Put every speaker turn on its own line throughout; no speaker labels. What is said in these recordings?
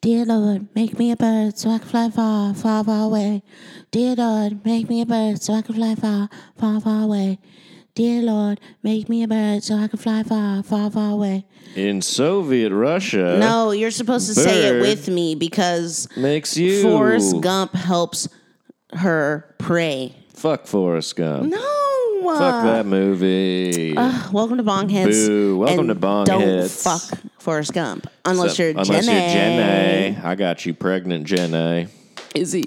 Dear Lord, make me a bird so I can fly far, far, far away. Dear Lord, make me a bird so I can fly far, far, far away. Dear Lord, make me a bird so I can fly far, far, far away.
In Soviet Russia,
No, you're supposed to say it
bird.
with me because
makes you
Forrest Gump helps her pray.
Fuck Forrest Gump.
No. Uh,
Fuck that movie.
Ugh, welcome to Bongheads.
Boo. Welcome
and
to Bong
Don't
Hits.
fuck Forrest Gump unless
So-
you're
unless
Jenna.
you're Jenna. I got you pregnant, Jenna.
Is he,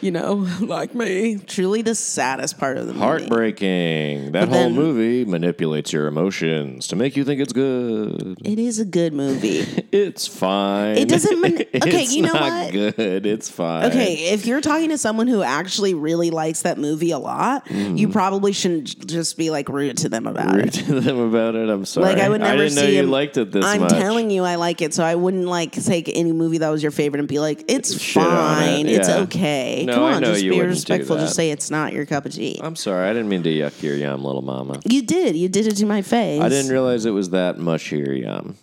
you know, like me? Truly the saddest part of the movie.
Heartbreaking. That
But
whole
then-
movie manipulates your emotions to make you think it's good.
It is a good movie.
It's fine.
It doesn't man- okay,
it's
you know
not
what?
Good. It's fine.
Okay, if you're talking to someone who actually really likes that movie a lot, you probably shouldn't j- just be like rude to them about
Mm. Rude
it.
to them about it. I'm sorry.
Like I would never
didn't
see
know you
him-
liked it this
I'm
much.
telling you, I like it, so I wouldn't like take any movie that was your favorite and be like, "It's
Shit on it,
fine, it's
yeah.
okay."
No,
Come
I
on,
know
just
you
be
wouldn't do
respectful.
that.
Just say it's not your cup of tea.
I'm sorry. I didn't mean to yuck your yum, little mama.
you did. You did it to my face.
I didn't realize it was that much your yum.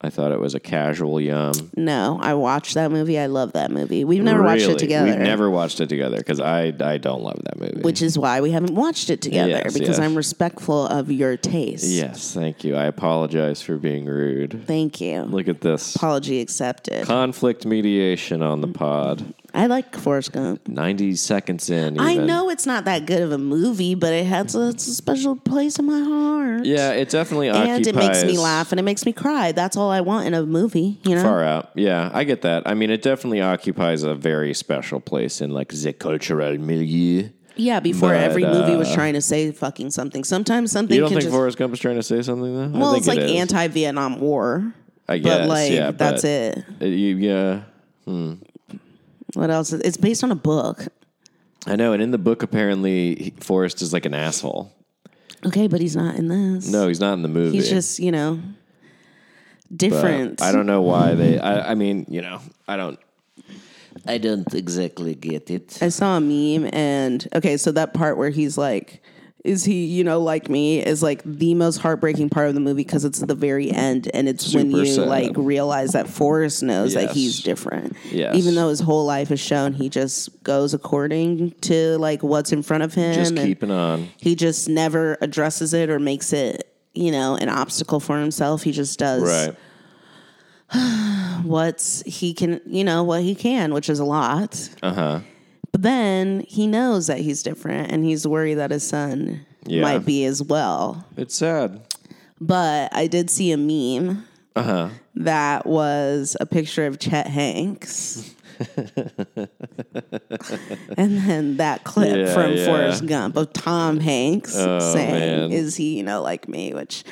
I thought it was a casual yum.
No, I watched that movie. I love that movie. We've never watched
Really,
it together.
We've never watched it together because I I don't love that movie.
which is why we haven't watched it together
Yes, yes.
because I'm respectful of your taste.
yes, thank you. I apologize for being rude.
Thank you.
Look at this
Apology accepted.
conflict mediation on the pod.
I like Forrest Gump.
Ninety seconds in. Even.
I know it's not that good of a movie, but it has a, it's a special place in my heart.
Yeah, it definitely
And
occupies.
it makes me laugh and it makes me cry. That's all I want in a movie, you know?
Far out. Yeah, I get that. I mean, it definitely occupies a very special place in like the cultural milieu.
Yeah, before
But,
every movie was
uh,
trying to say fucking something. Sometimes something
You don't
can
think
just
Forrest Gump is trying to say something though?
Well,
I
it's
think
like
it is.
anti-Vietnam War.
I guess,
but like
yeah,
that's
but-
it.
Uh, you- yeah,
What else? It's based on a book.
I know. And in the book, apparently, he- Forrest is like an asshole.
Okay, but he's not in this.
No, he's not in the movie.
He's just, you know,
but
different.
I don't know why they. I, I mean, you know, I don't.
I don't exactly get it.
I saw a meme and okay, so that part where he's like, is he, you know, like me is like the most heartbreaking part of the movie because it's the very end and it's when
Super
you
sad.
like realize that Forrest knows that
Yes.
he's different.
Yes.
Even though his whole life is shown, he just goes according to like what's in front of him.
Just
and
keeping on.
he just never addresses it or makes it, you know, an obstacle for himself. He just does
Right.
what's he can you know what he can which is a lot
Uh huh.
but then he knows that he's different and he's worried that his son
Yeah.
might be as well
It's sad.
but i did see a meme
Uh-huh.
that was a picture of chet hanks and then that clip
Yeah,
from
yeah. Oh,
Forrest Gump of Tom Hanks saying,
man.
"Is he, you know, like me?" Which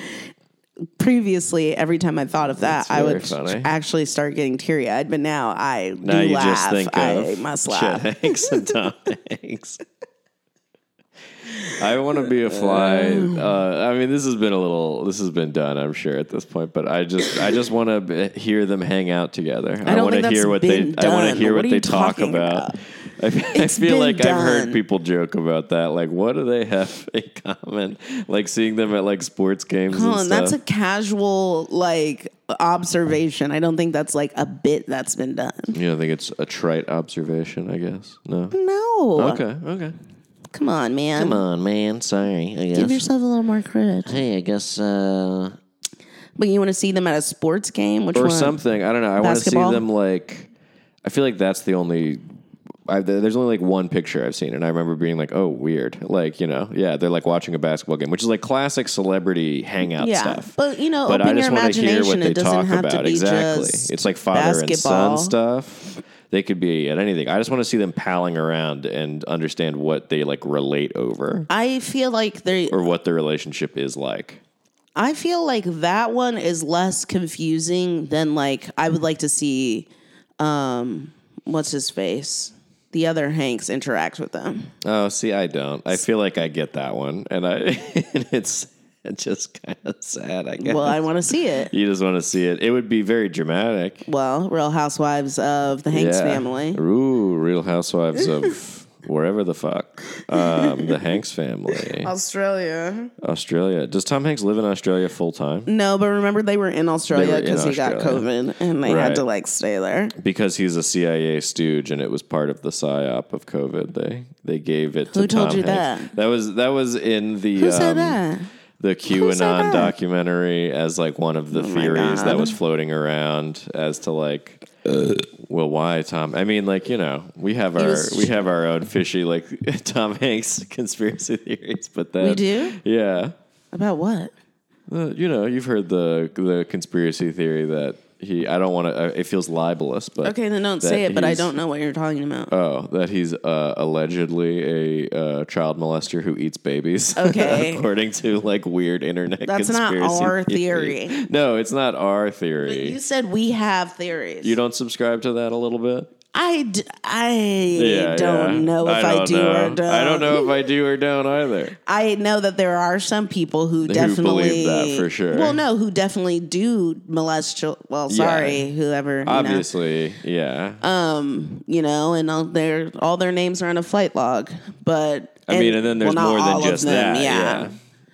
previously, every time I thought of that,
That's
I
very
would
funny.
actually start getting teary eyed. But now I
Now
do
you
laugh.
just think
I
of
must
Chet
laugh.
Hanks and Tom Hanks. I want to be a fly. Uh, I mean, this has been a little. This has been done, I'm sure, at this point. But I just, I just want to hear them hang out together. I,
don't
want
think
to hear
that's
what they.
been
I want
done.
to hear
What
what,
are
they
you
talk
talking
about.
about?
I, I
It's
feel
been
like I've heard
done.
people joke about that. Like, what do they have in common? Like seeing them at like sports games.
Colin,
and
that's a
stuff.
casual like observation. I don't think that's like a bit that's been done.
you don't think it's a trite observation? I guess no.
No.
Okay. Okay.
Come on, man.
Come on, man. Sorry. I
Give
guess.
yourself a little more credit.
Hey, I guess. Uh,
But you want to see them at a sports game, which
or
one?
something. I don't know. I want to see
Basketball?
them like. I feel like that's the only. I, there- there's only like one picture I've seen, and I remember being like, "Oh, weird." Like you know, yeah, they're like watching a basketball game, which is like classic celebrity hangout
Yeah,
stuff.
but you know,
but
open
I just
your
want to hear what
imagination.
they
It doesn't
talk
have to
about
be
exactly.
just
It's like father
basketball.
and son stuff. They could be at anything. I just want to see them palling around and understand what they like relate over
I feel like they.
or what their relationship is like.
I feel like that one is less confusing than like I would like to see. Um, what's his face? The other Hanks interact with them.
Oh, see, I don't. I feel like I get that one, and I and it's it's just kind of sad. I guess
Well, I want to see it.
you just want to see it. It would be very dramatic.
Well, Real Housewives of the Hanks
yeah.
family.
Ooh, Real Housewives of wherever the fuck. Um, the Hanks family,
Australia.
Australia. Does Tom Hanks live in Australia full time?
No, but remember they were in Australia
They were in
because he got
Australia.
COVID and they had to
Right.
like stay there.
Because he's a CIA stooge, and it was part of the psyop of COVID. They they gave it to
Who told
Tom
you
Hanks.
that?
That was that was in the
Who said
um,
that?
the
that?
QAnon documentary as like one of the theories
God.
that was floating around as to like well why Tom I mean like you know we have our
was-
we have our own fishy like Tom Hanks conspiracy theories but then
We do?
yeah
About what?
Uh, you know you've heard the the conspiracy theory that he I don't want to uh, it feels libelous but
Okay, then don't
that
say it, but I
he's-
don't know what you're talking about.
Oh, that he's uh, allegedly a uh, child molester who eats babies.
Okay.
according to like weird internet.
That's not
conspiracy
our
theories.
theory.
No, it's not our theory.
you
You,
said we have theories.
don't subscribe to that a little bit.
I, d- I don't
yeah.
know if I,
don't
do
know.
or don't.
I don't know if I do or don't either.
I know that there are some people who definitely
believe that for sure.
Well, no, who definitely do molest. Chil- well,
Yeah.
sorry, whoever. you know. Um,
Obviously, yeah.
you know, and all their all their names are in a flight log. But
I mean, and then there's
well, not
more
all
than
of
just
them,
that. yeah.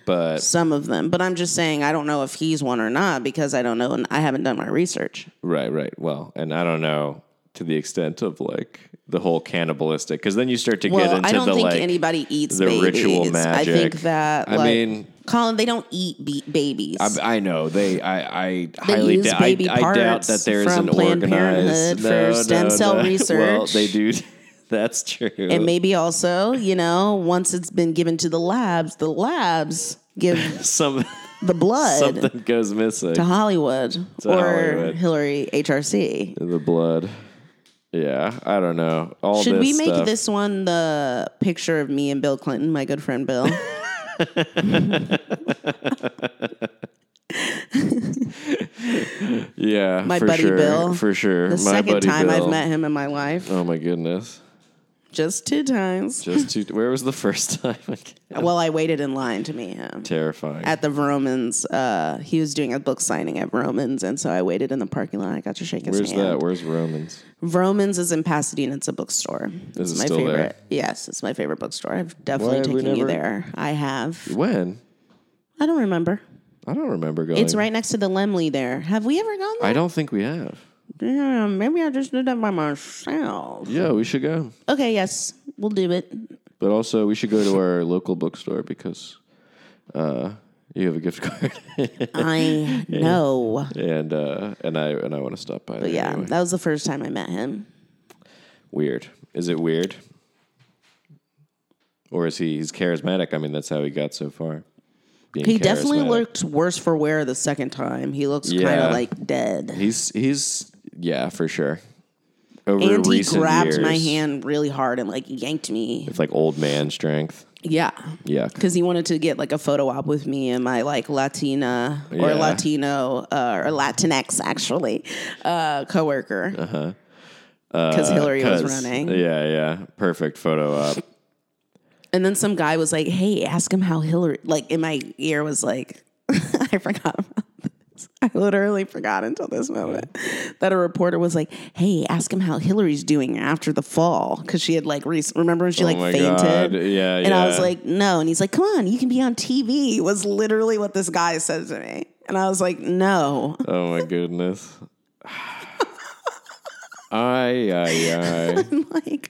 But
some of them. But I'm just saying, I don't know if he's one or not because I don't know, and I haven't done my research.
Right, right. Well, and I don't know to the extent of like the whole cannibalistic, because then you start to get
Well,
into
I don't
the
think
like
anybody eats
the
babies.
ritual
I
magic.
think that,
I
like,
mean-
Colin, they don't eat be- babies.
I know they. I, I
They
highly
use
doubt.
baby
I, I doubt
parts
that there is
from
an
Planned
organized
Parenthood for stem cell
Well,
research.
they do. That's true.
and maybe also, you know, once it's been given to the labs, the labs give
some
the blood
something goes missing.
to Hollywood or
Hollywood.
Hillary HRC.
The blood. Yeah, I don't know. All
Should
this
we make
stuff-
this one the picture of me and Bill Clinton, my good friend Bill?
Yeah,
my
for
buddy
sure,
Bill?
for sure.
The
my
second
buddy
time I've
Bill.
met him in my life,
Oh my goodness!
just two times.
Just two, where was the first time? Again?
Well, I waited in line to meet him
Terrifying.
at the Romans. Uh, he was doing a book signing at Romans, and so I waited in the parking lot. I got to shake his
Where's
hand.
that? Where's Romans?
Romans is in Pasadena. It's a bookstore.
Is
it's
it
my
still there?
favorite. Yes, it's my favorite bookstore. I've definitely
have we
taken you
never-
there. I have.
When?
I don't remember.
I don't remember going.
It's right next to the Lemley there. Have we ever gone there?
I don't think we have.
Yeah, maybe I just did that by myself.
Yeah, we should go.
Okay, yes, we'll do it.
But also, we should go to our local bookstore because uh, you have a gift card,
I know.
and uh, and I and I want to stop by.
But
there
yeah,
anyway.
that was the first time I met him.
weird. Is it weird? Or is he? He's charismatic. I mean, that's how he got so far. Being
He definitely
charismatic.
looked worse for wear the second time. He looks kind
Yeah.
of like dead.
He's he's yeah for sure. Over
And he
recent
grabbed
years,
my hand really hard and like yanked me.
It's like old man strength.
Yeah.
Yeah.
Because he wanted to get like a photo op with me and my like Latina or
Yeah.
Latino uh, or Latinx actually uh, coworker. Because Hillary was
Uh-huh. Uh, 'Cause-
running.
Yeah, yeah. Perfect photo op.
And then some guy was like, "Hey, ask him how Hillary." Like in my ear was like, "I forgot." About this. I literally forgot until this moment that a reporter was like, "Hey, ask him how Hillary's doing after the fall," because she had like rec- remember when she like
Oh my
fainted.
God. Yeah,
and I was
yeah.
like, "No," and he's like, "Come on, you can be on TV." Was literally what this guy said to me, and I was like, "No."
Oh my goodness. Ay, ay, ay.
I'm like,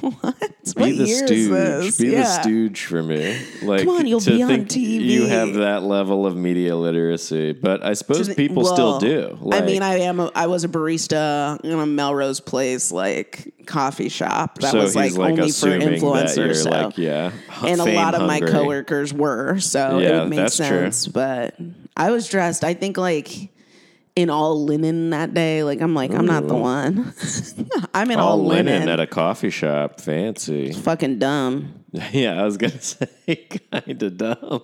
what?
Be
what
the
year
stooge.
is this?
Be the
Yeah.
stooge for me. Like,
Come on, you'll
to
be on
think
TV.
You have that level of media literacy, but I suppose
Th-
people
well,
still do. Like,
I mean, I am. A, I was a barista in a Melrose Place like coffee shop that
so
was like,
he's like
only for
assuming that you're
influencers. So.
like, yeah,
and a
fame
lot of my
hungry.
coworkers were, so it
Yeah,
would make
that's true.
sense. But I was dressed, I think, like in all linen that day. Like I'm like, I'm not the one. I'm in all,
all linen.
linen.
at a coffee shop, fancy.
Fucking dumb.
yeah, I was gonna say, kind of dumb.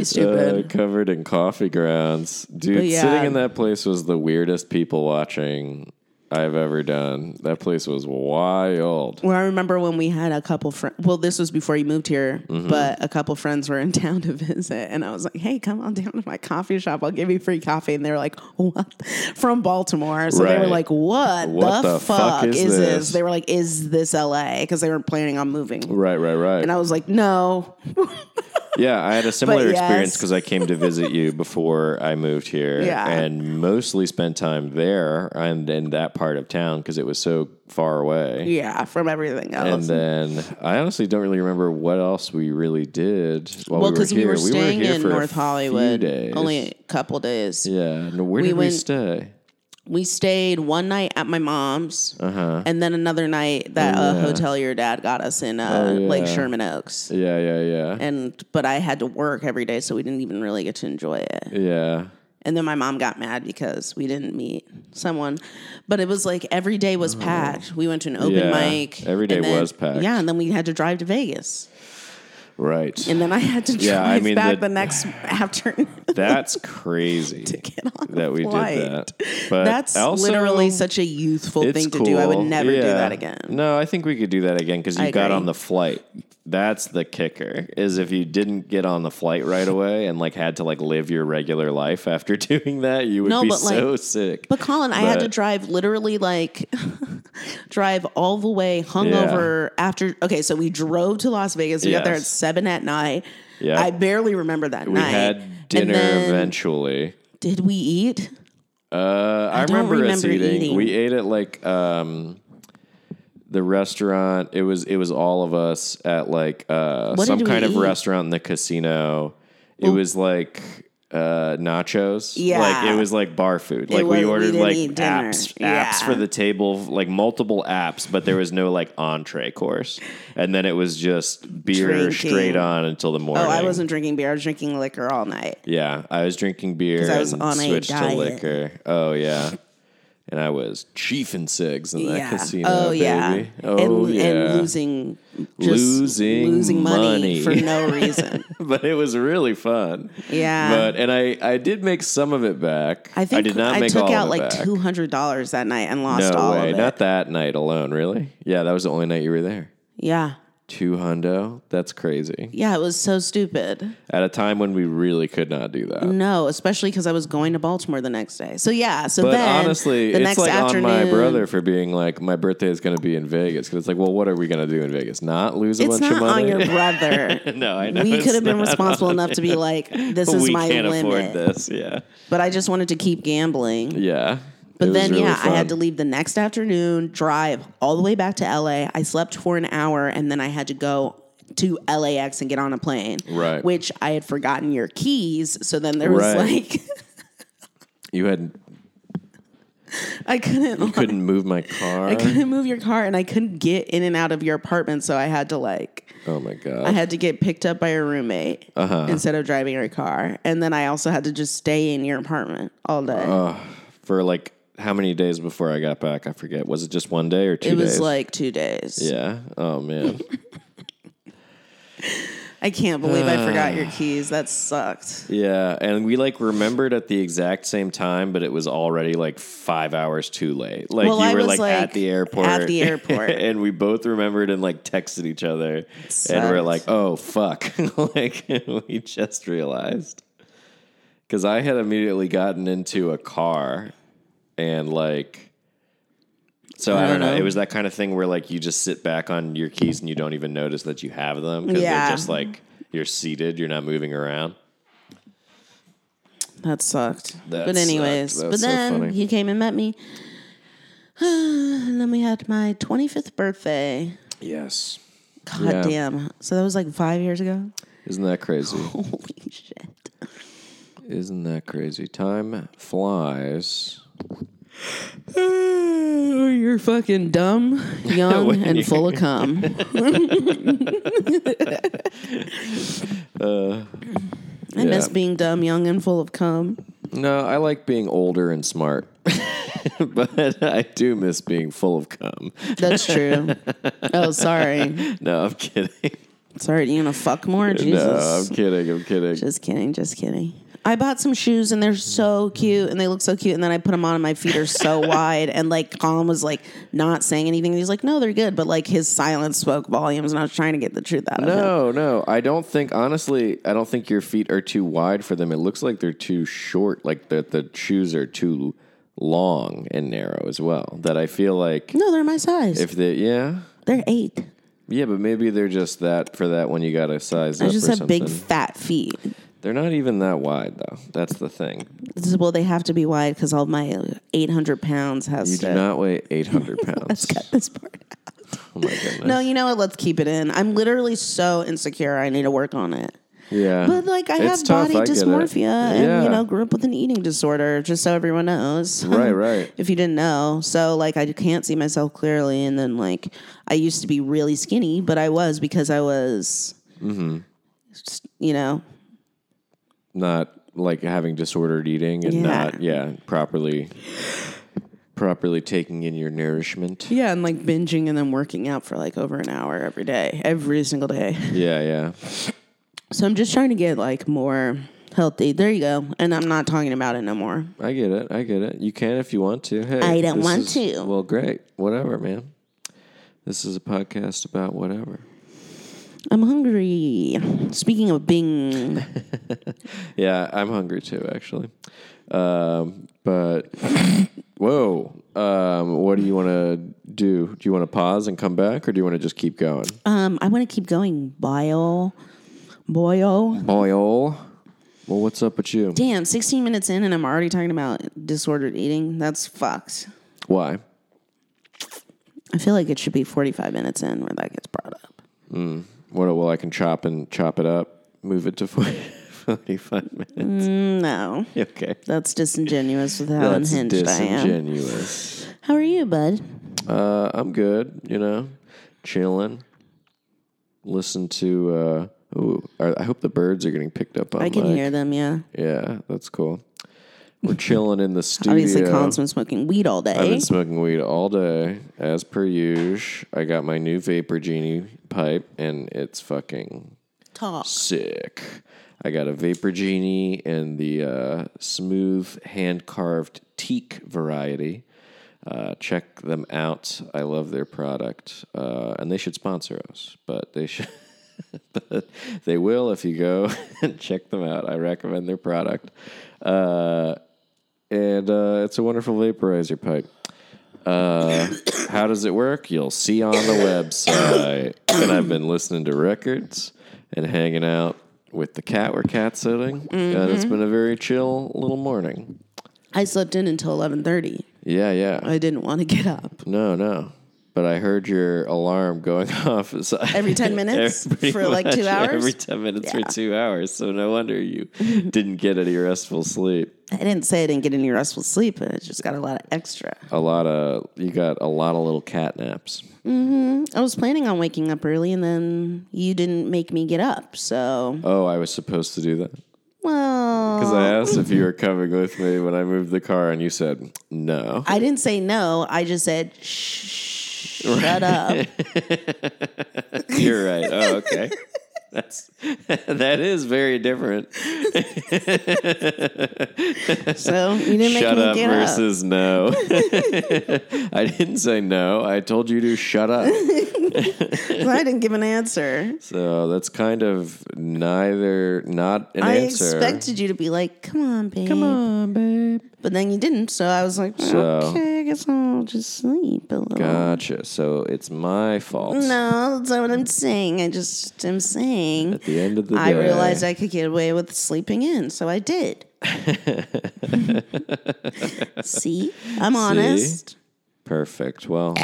Uh,
stupid.
covered in coffee grounds. Dude,
But yeah.
sitting in that place was the weirdest people watching I've ever done. That place was wild.
Well, I remember when we had a couple friends. Well, this was before you moved here,
Mm-hmm.
but a couple friends were in town to visit, and I was like, "Hey, come on down to my coffee shop. I'll give you free coffee." And they were like, "What?" From Baltimore, so they were
Right.
like, "What,
What
the,
the
fuck,
fuck
is,
is
this?
this?
They were like, "Is this L.A.?" Because they were planning on moving,
Right, right, right.
and I was like, "No."
Yeah, I had a similar
yes.
experience because I came to visit you before I moved here,
Yeah.
and mostly spent time there and in that part of town because it was so far away.
Yeah, from everything
And
else.
then I honestly don't really remember what else we really did while
well,
we were
because we,
here.
were staying
here
in
for a
North
few
Hollywood,
days.
only a couple days.
yeah. No, where
we
did
went-
we stay?
We stayed one night at my mom's,
Uh-huh.
and then another night that uh hotel your dad got us in uh,
Oh, yeah.
Lake Sherman Oaks.
Yeah, yeah, yeah,
And but I had to work every day, so we didn't even really get to enjoy it.
yeah.
And then my mom got mad because we didn't meet someone, but it was like every day was packed. We went to an open
Uh-huh. Yeah,
mic.
every day
and then-
was packed.
Yeah, and then we had to drive to Vegas,
Right.
and then I had to drive
Yeah, I mean,
back
the-
the next afternoon.
That's crazy
get on
that we
flight.
did that. But
That's
also-
literally such a youthful
It's
thing to do. I would
cool.
never do
Yeah.
that again.
No, I think we could do that again because you
I
got
agree.
on the flight. That's the kicker. Is if you didn't get on the flight right away and like had to like live your regular life after doing that, you would
No,
be
but, like-
so sick.
But Colin, I had to
But-
drive literally like drive all the way hungover after. Okay, so we drove to Las Vegas. We got there at
Yes.
seven at night.
Yeah.
I barely remember that
we
night.
had dinner
And then-
eventually.
Did we eat?
Uh, I,
don't
remember, us
remember
eating.
eating.
We ate at like um, the restaurant. It was it was all of us at like uh,
What
some
did we
kind of
eat?
restaurant in the casino. It was like uh, nachos.
Yeah.
like it was like bar food. Like
was-
we
we
ordered
didn't
like
eat dinner.
apps apps
Yeah.
for the table, like multiple apps, but there was no like entree course. And then it was just beer
Drinking.
straight on until the
Oh,
morning.
I wasn't drinking beer. I was drinking liquor all night.
Yeah, I was drinking beer
I was
and
on a
switched to
diet.
liquor. Oh yeah, and I was chiefing cigs in that
yeah.
casino.
oh yeah.
baby. Oh
and,
yeah.
and losing just
Losing
losing money
money.
for no reason.
but it was really fun.
Yeah.
But and I I did make some of it back.
I think I,
did not make
took
all
out
of
like
it back.
two hundred dollars that night and lost
No
all
way,
of it.
not that night alone. Really? Yeah, that was the only night you were there.
yeah,
Two hundo. That's crazy.
yeah, it was so stupid.
At a time when we really could not do that.
No, especially because I was going to Baltimore the next day. So yeah, so
But
then
honestly,
the
it's
next
like
afternoon,
on my brother for being like, my birthday is going to be in Vegas. Because it's like, well, what are we going to do in Vegas? Not lose a bunch
It's not
of money?
on your brother.
no, I know.
we
it's
could have been
not.
responsible enough to be like, this is
we
my
can't
limit.
afford this. Yeah.
But I just wanted to keep gambling.
Yeah. It
But
was
then,
really
yeah, I
fun.
had to leave the next afternoon, drive all the way back to LA. I slept for an hour, and then I had to go to LAX and get on a plane.
Right.
Which I had forgotten your keys. So then there was
Right.
like,
You had
I couldn't. like,
couldn't move my car.
I couldn't move your car and I couldn't get in and out of your apartment. So I had to like,
Oh my
I
god.
had to get picked up by your roommate
Uh-huh.
instead of driving your car. And then I also had to just stay in your apartment all day.
Oh, For like how many days before I got back? I forget. Was it just one day or two?
it was
days?
like two days.
Yeah. Oh man.
I can't believe I forgot your keys. That sucked.
Yeah, and we like remembered at the exact same time, but it was already like five hours too late. Like
Well,
you
I
were
was,
like,
like,
at the airport,
at the airport.
and we both remembered and like texted each other, and we're
sucked.
like, "Oh fuck!" like we just realized because I had immediately gotten into a car and like. So I don't know.
Uh-huh.
It was that kind of thing where like you just sit back on your keys and you don't even notice that you have them because
Yeah.
they're just like you're seated, you're not moving around.
That sucked.
That
but
sucked.
anyways,
That
but
was so
then
funny.
you came and met me. and then we had my 25th birthday.
Yes.
God
Yeah.
damn. So that was like 5 years ago.
Isn't that crazy?
Holy shit.
Isn't that crazy? Time flies.
You're fucking dumb, young,
When
and full of cum. Uh, I miss
yeah.
being dumb, young, and full of cum.
No, I like being older and smart. but I do miss being full of cum.
That's true. oh, sorry.
No, I'm kidding.
Sorry, you gonna fuck more? Oh, Jesus.
No, I'm kidding. I'm kidding.
Just kidding, just kidding. I bought some shoes and they're so cute and they look so cute. And then I put them on and my feet are so wide. And like Colin was like not saying anything. He's like, no, they're good. But like his silence spoke volumes and I was trying to get the truth out of him.
No, no. I don't think honestly, I don't think your feet are too wide for them. It looks like they're too short, like that the shoes are too long and narrow as well. That I feel like
No, they're my size.
if they yeah.
they're eight.
Yeah, but maybe they're just that for that when you got to size
I
up
just
or
have
something.
big fat feet.
They're not even that wide though. That's the thing.
This is- Well, they have to be wide because all my 800 pounds has
You
to.
do not weigh 800 pounds.
Let's cut this part out.
Oh my goodness.
No, you know what? Let's keep it in. I'm literally so insecure. I need to work on it.
yeah.
But like, I
It's
have
tough,
body
I get it.
dysmorphia, and
Yeah.
you know, grew up with an eating disorder. Just so everyone knows,
Right, right.
if you didn't know, so like, I can't see myself clearly, and then like, I used to be really skinny, but I was because I was,
Mm-hmm.
just, you know,
not like having disordered eating and
Yeah.
not yeah properly properly taking in your nourishment.
yeah, and like binging and then working out for like over an hour every day, every single day.
Yeah, yeah.
So I'm just trying to get like more healthy. There you go, and I'm not talking about it no more.
I get it. I get it. You can if you want to. Hey,
I don't
this
want
is-
to.
Well, great. Whatever, man. This is a podcast about whatever.
I'm hungry. Speaking of Bing,
Yeah, I'm hungry too, actually. Um, but whoa, um, what do you want to do? Do you want to pause and come back, or do you want to just keep going?
um, I want to keep going. Boyle, boyle.
Boyle. Well, what's up with you?
Damn, 16 minutes in, and I'm already talking about disordered eating. That's fucked.
Why?
I feel like it should be 45 minutes in where that gets brought up.
What? Well, I can chop and chop it up, move it to 40, 45
Mm.
minutes.
No,
Okay.
that's disingenuous with how
That's
unhinged I am.
disingenuous.
How are you, bud?
Uh, I'm good, you know, chilling. Listen to. Uh, ooh, I I hope the birds are getting picked up on.
I can
mic.
hear them. Yeah,
Yeah, that's cool. We're chilling in the studio.
obviously, Colin's been smoking weed all
I've
day.
been smoking weed all day, as per usual. I got my new Vapor Genie pipe, and it's fucking
Talk.
sick. I got a Vapor Genie and the uh, smooth hand carved teak variety. Uh, check them out. I love their product, uh, and they should sponsor us, but they should. but they will if you go and check them out. I recommend their product, uh, and uh, it's a wonderful vaporizer pipe. Uh, how does it work? You'll see on the website. and I've been listening to records and hanging out with the cat where cat's sitting, and
Mm-hmm.
it's been a very chill little morning.
I slept in until 11:30.
Yeah, yeah.
I didn't want to get up.
No, no. But I heard your alarm going off so
Every 10 minutes
Pretty
for like
much
2 hours.
Every ten minutes
Yeah.
for two hours. So no wonder you didn't get any restful sleep.
I didn't say I didn't get any restful sleep, but I just got a lot of extra.
A lot of you got a lot of little cat naps.
I was planning on waking up early, and then you didn't make me get up. So,
Oh, I was supposed to do that.
well,
Because I asked if you were coming with me when I moved the car, and you said no.
I didn't say no. I just said, Shh, shut up.
You're right. Oh, okay. That's that is very different.
So you didn't make
Shut
me
up
get up.
versus no. I didn't say no. I told you to shut up.
'Cause I didn't give an answer.
So that's kind of neither not an
I
answer.
expected you to be like, "Come on, babe, come on, babe," but then you didn't. So I was like, "Okay, I guess I'll just sleep a little."
gotcha. So it's my fault.
No, that's not what I'm saying. I just am saying.
At the end of the day,
I realized I could get away with sleeping in, so I did. See, I'm honest.
perfect. Well,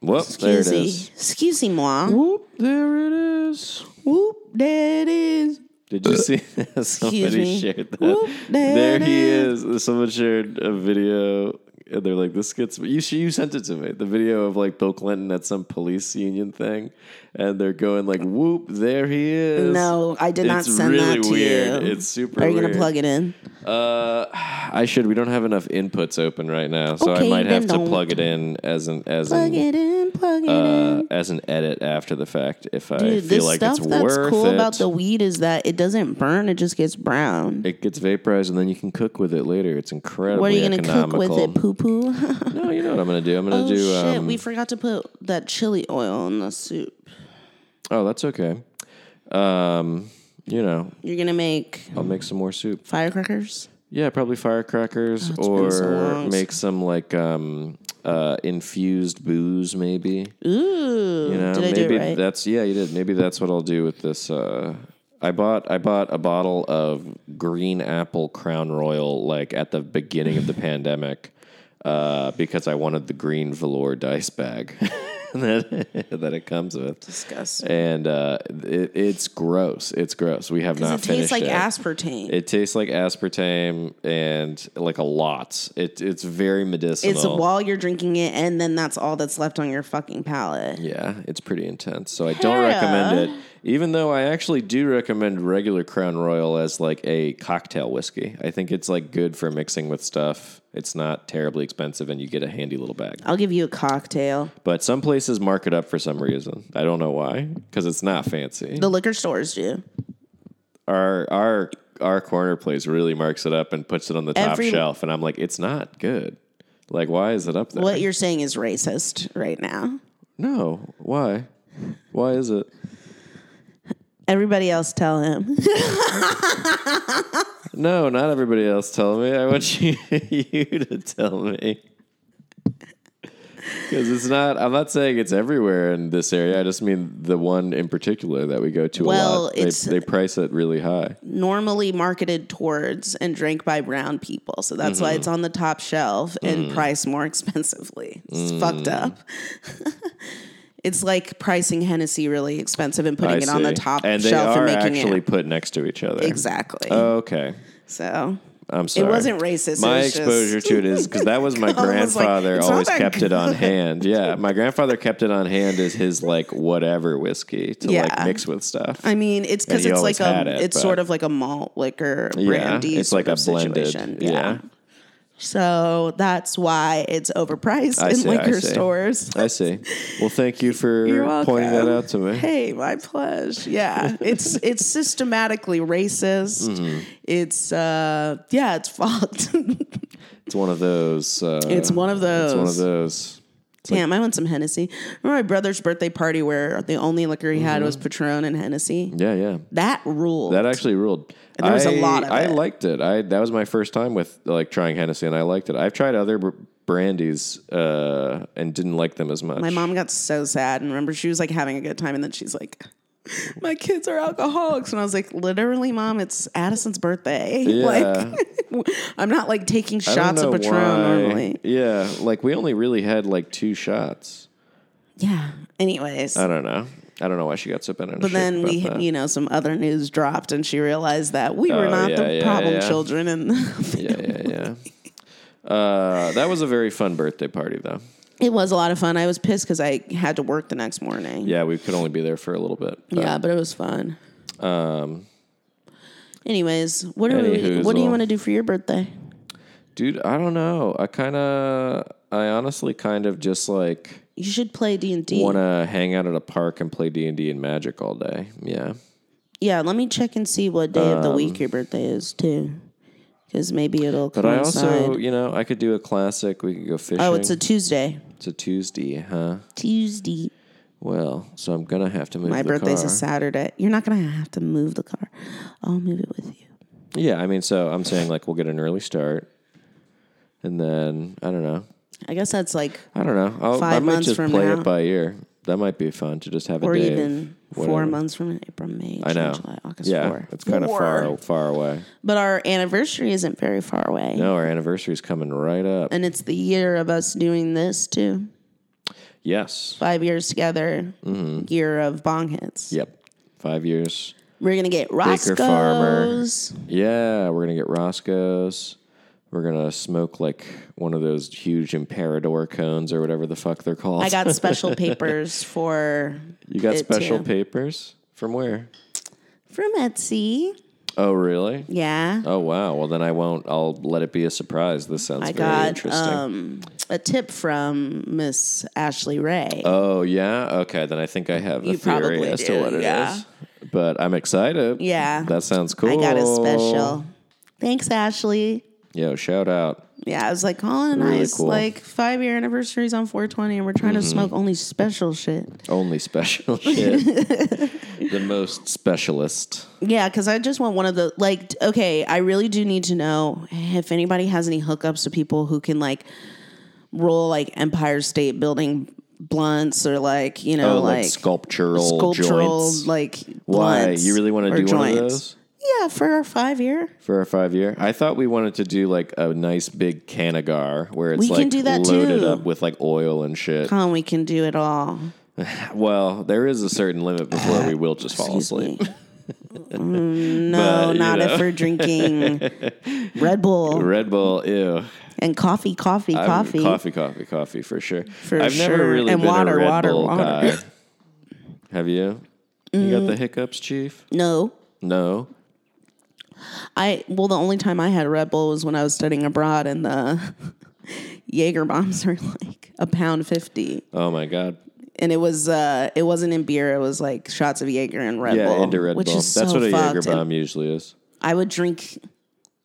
whoop! There it
Eh. Excuse
is.
me. Excuse me, moi.
Whoop! There it is.
Whoop, there it is.
Did you see that?
me.
Somebody shared that.
Whoop,
there
there
he is. Someone shared a video, and they're like, "This gets you." sh- You sent it to me. The video of like Bill Clinton at some police union thing, and they're going like, "Whoop! There he is."
No, I did not
It's
send
really
that to
weird.
you.
It's super.
Are you gonna
weird.
plug it in?
Uh, I should. We don't have enough inputs open right now, so I
Okay,
might have to
then don't.
plug it in as an as
Plug
an
it in, plug Logan.
uh, as an edit after the fact if I
Dude,
feel
the
like
stuff
it's
that's
worth
cool
it.
about the weed is that it doesn't burn; it just gets brown.
it gets vaporized and then you can cook with it later. It's incredibly
What are you gonna
economical.
cook with it? Poo poo.
No, you know what I'm gonna do. I'm gonna
oh
do.
shit!
um,
we forgot to put that chili oil in the soup.
oh, that's okay. Um, you know,
You're gonna make
I'll make some more soup.
firecrackers.
Yeah, probably firecrackers
been
or
so long.
make some like um, uh, infused booze, maybe.
Ooh,
You know,
Mm, did I
maybe
do it right?
that's yeah, you did. Maybe that's what I'll do with this. Uh, I bought I bought a bottle of green apple Crown Royal like at the beginning of the pandemic uh, because I wanted the green velour dice bag that that it comes with.
Disgusting.
And uh, it, it's gross. It's gross. We have not
It
finished
tastes like
it.
aspartame.
It tastes like aspartame and like a lot. It, it's very medicinal.
it's while you're drinking it, and then that's all that's left on your fucking palate.
Yeah, it's pretty intense. So I don't recommend it. Even though I actually do recommend regular Crown Royal as like a cocktail whiskey. I think it's like good for mixing with stuff. It's not terribly expensive and you get a handy little bag.
I'll give you a cocktail.
But some places mark it up for some reason. I don't know why cuz it's not fancy.
The liquor stores do.
Our our our corner place really marks it up and puts it on the top
Every-
shelf and I'm like it's not good. Like why is it up there?
What you're saying is racist right now.
no, why? Why is it?
Everybody else tell him.
No, not everybody else tell me. I want you, you to tell me. Because it's not, I'm not saying it's everywhere in this area. I just mean the one in particular that we go to a
Well,
lot.
it's-
they, they price it really high.
Normally marketed towards and drank by brown people. So that's why it's
Mm-hmm.
on the top shelf and
Mm.
priced more expensively. It's fucked up. it's like pricing Hennessy really expensive and putting
I
it on the
see.
top
and they
shelf
are
and making
actually
it.
put next to each other.
Exactly.
Okay.
so
I'm sorry.
wasn't racist,
My
it was
exposure
just-
to it is because that was my
I was like,
grandfather
it's not
always
that
kept it on
good.
hand. Yeah, my grandfather kept it on hand as his like whatever whiskey to like
Yeah.
mix with stuff.
I mean, it's because
Yeah, he
it's like
always had
a,
it,
it's
but-
sort of like a malt liquor brandy.
it's
sort
like
of
a blended,
Situation.
yeah.
So that's why it's overpriced
I
in
see, I
liquor
see.
stores.
I see. Well, thank you for
You're welcome.
pointing that out to me.
Hey, my pleasure. Yeah, it's it's systematically racist.
Mm-hmm.
It's uh, yeah, it's fucked.
It's one of those. Uh,
it's one of those.
It's one of those.
Damn, I want some Hennessy. Remember my brother's birthday party where the only liquor he had was Patron and Hennessy.
Yeah, yeah.
That ruled.
Mm-hmm. That actually ruled.
There was
a
a lot of
I
it.
liked it. I that was my first time with like trying Hennessy, and I liked it. I've tried other br- brandies uh, and didn't like them as much.
My mom got so sad and remember she was like having a good time and then she's like my kids are alcoholics and I was like literally mom it's Addison's birthday like I'm not like taking
I don't
shots of
know
Patron
why.
normally
Yeah, like we only really had like two shots.
yeah anyways
I don't know. I don't know why she got so bent.
but then we you know some other news dropped and she realized that we were
Oh,
not
yeah,
the
yeah,
problem
yeah.
children and
yeah, yeah, yeah. Uh, that was a very fun birthday party, though.
it was a lot of fun I was pissed because I had to work the next morning
Yeah, we could only be there for a little bit. but-
yeah but it was fun um
Um,
anyways what are we, what do
Anywhoozle.
you want to do for your birthday
dude, I don't know. I kind of, I honestly kind of just like
You should play D and D.
want to hang out at a park and play D and D and Magic all day. Yeah,
Yeah, let me check and see what day of the week your birthday is too, because maybe it'll
Um, but I
coincide.
also, you know, I could do a classic. We could go fishing.
oh, it's a Tuesday.
It's a Tuesday, huh?
Tuesday.
Well, so I'm gonna have to move.
My
the
birthday's
car.
a Saturday. You're not gonna have to move the car. I'll move it with you.
Yeah, I mean, so I'm saying like we'll get an early start, and then I don't know.
I guess that's like,
I don't know. I'll, I
Five
might
months
just
from
play
now.
it by ear. That might be fun to just have
or
a day. of
even four
whatever.
months from now, April, May,
I know.
June, July, August,
yeah,
four.
it's kind of far
Four.
far away.
But our anniversary isn't very far away,
No, our anniversary's coming right up.
and it's the year of us doing this too.
yes.
Five years together.
Mm-hmm.
Year of bong hits.
Yep. Five years.
We're gonna get
Baker Farmer.
Roscoe's.
Yeah, we're gonna get Roscoe's. We're gonna smoke like one of those huge Imperador cones or whatever the fuck they're called.
I got special papers for
you got
it,
special
too.
papers from where?
from Etsy.
Oh, really?
Yeah.
Oh, wow. Well, then I won't. I'll let it be a surprise. This sounds
I
very
got
interesting.
um, a tip from Miss Ashley Ray.
oh, yeah. Okay. Then I think I have a
You
theory
probably
as to
do,
what it is.
yeah.
But I'm excited.
Yeah.
That sounds cool.
I got a special. Thanks, Ashley.
Yo, shout out.
Yeah, I was like, Colin and
Really
I's
cool. Mm-hmm.
like five year anniversaries on 420, and we're trying to smoke only special shit.
Only special shit. the most specialist.
Yeah, because I just want one of the like. t- Okay, I really do need to know if anybody has any hookups to people who can like roll like Empire State Building blunts or like you know
Oh, like,
like,
sculptural,
sculptural
joints.
like
Why?
blunts
You really want
or
to do one of
joints.
those?
Yeah, for our five year.
For a five year, I thought we wanted to do like a nice big canagar where it's
We
like
can do that
loaded
too.
up with like oil and shit.
Colin, we can do it all.
Well, there is a certain limit before we will just fall
Excuse
asleep.
me. Mm, no,
But, you
not
know.
if we're drinking Red Bull
Red Bull, ew.
and coffee, coffee,
I'm-
coffee.
coffee, coffee, coffee for sure.
For
I've never
sure.
really
And
been a
water,
Red
water,
Bull
water. Mm.
guy. Have you? You got the hiccups, Chief?
No,
No.
I well, the only time I had Red Bull was when I was studying abroad, and the Jaeger bombs were like a pound fifty,
Oh my god.
and it was uh, it wasn't in beer; it was like shots of Jaeger and Red
Yeah,
Bull,
into Red
which
Bull.
is
That's
so
what a
fucked.
Jaeger
and
bomb usually is.
I would drink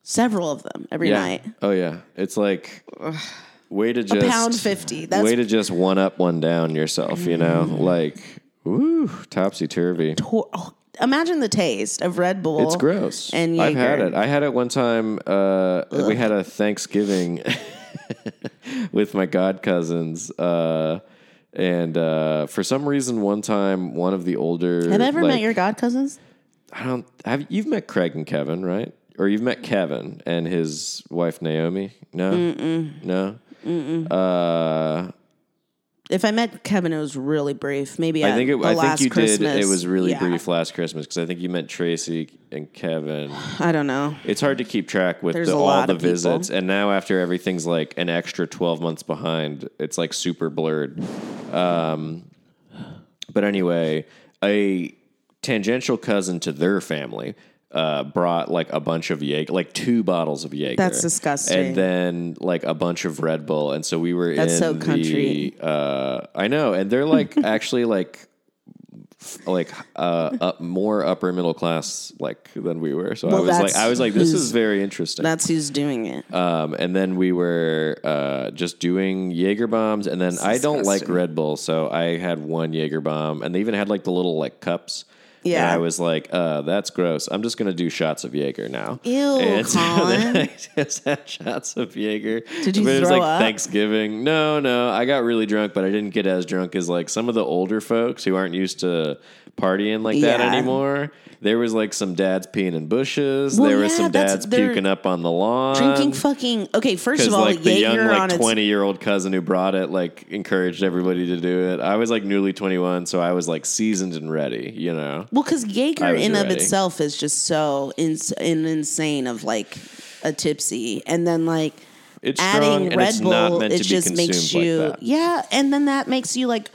several of them every
Yeah.
night.
Oh yeah. It's like way to just
pound 50. That's- Mm.
way to just one up, one down yourself. You know, like woo, topsy turvy.
Pour- oh, imagine the taste of Red Bull.
It's gross.
And
I've had
Jaeger.
it. I had it one time. Uh, we had a Thanksgiving with my god cousins. Uh, and uh, for some reason, one time, one of the older
Have I ever met
like-
your god cousins?
I don't have you've met Craig and Kevin, right? Or you've met Kevin and his wife Naomi? No, no. Uh,
If I met Kevin, it was really brief. Maybe
I think it,
the
I think
last
you did.
Christmas.
It was really
Yeah.
brief last Christmas because I think you met Tracy and Kevin.
I don't know.
It's hard to keep track with
There's
the,
a
all
lot
the
of people.
visits, and now after everything's like an extra twelve months behind, it's like super blurred. Um, But anyway, a tangential cousin to their family uh, brought like a bunch of Jaeger, like two bottles of Jaeger.
That's disgusting.
And then like a bunch of Red Bull. And so we were
That's
in
so
the,
country.
uh, I know. And they're like actually like f- like uh up, more upper middle class like than we were so i
Well,
was like
that's
i was like this
who's-
is very interesting
That's who's doing it.
um, and then we were uh, just doing Jaeger bombs. And then I don't like
disgusting.
Red Bull, so I had one Jaeger bomb. And they even had like the little like cups. And
Yeah.
I was like, uh, that's gross. I'm just going to do shots of Jaeger now.
Ew,
And so then
Colin.
I just had shots of Jaeger. Did
you
but it was
throw
like
up?
Thanksgiving. No, no. I got really drunk, but I didn't get as drunk as like some of the older folks who aren't used to partying like that
Yeah.
anymore. There was like some dads peeing in bushes.
Well,
there was
yeah,
some
that's-
dads
they're-
puking up on the lawn.
Drinking fucking okay. First
Because
of all,
Um, like the young
Jaeger on
like
its
twenty year old cousin who brought it like encouraged everybody to do it. I was like newly twenty one, so I was like seasoned and ready. You know,
well, because Jaeger
I was
in of
ready.
itself is just so ins- and insane of like a tipsy, and then like
it's strong
adding
and
Red
it's
Bull,
not meant
it
to be
just
consumed
makes you
like that.
yeah, and then that makes you like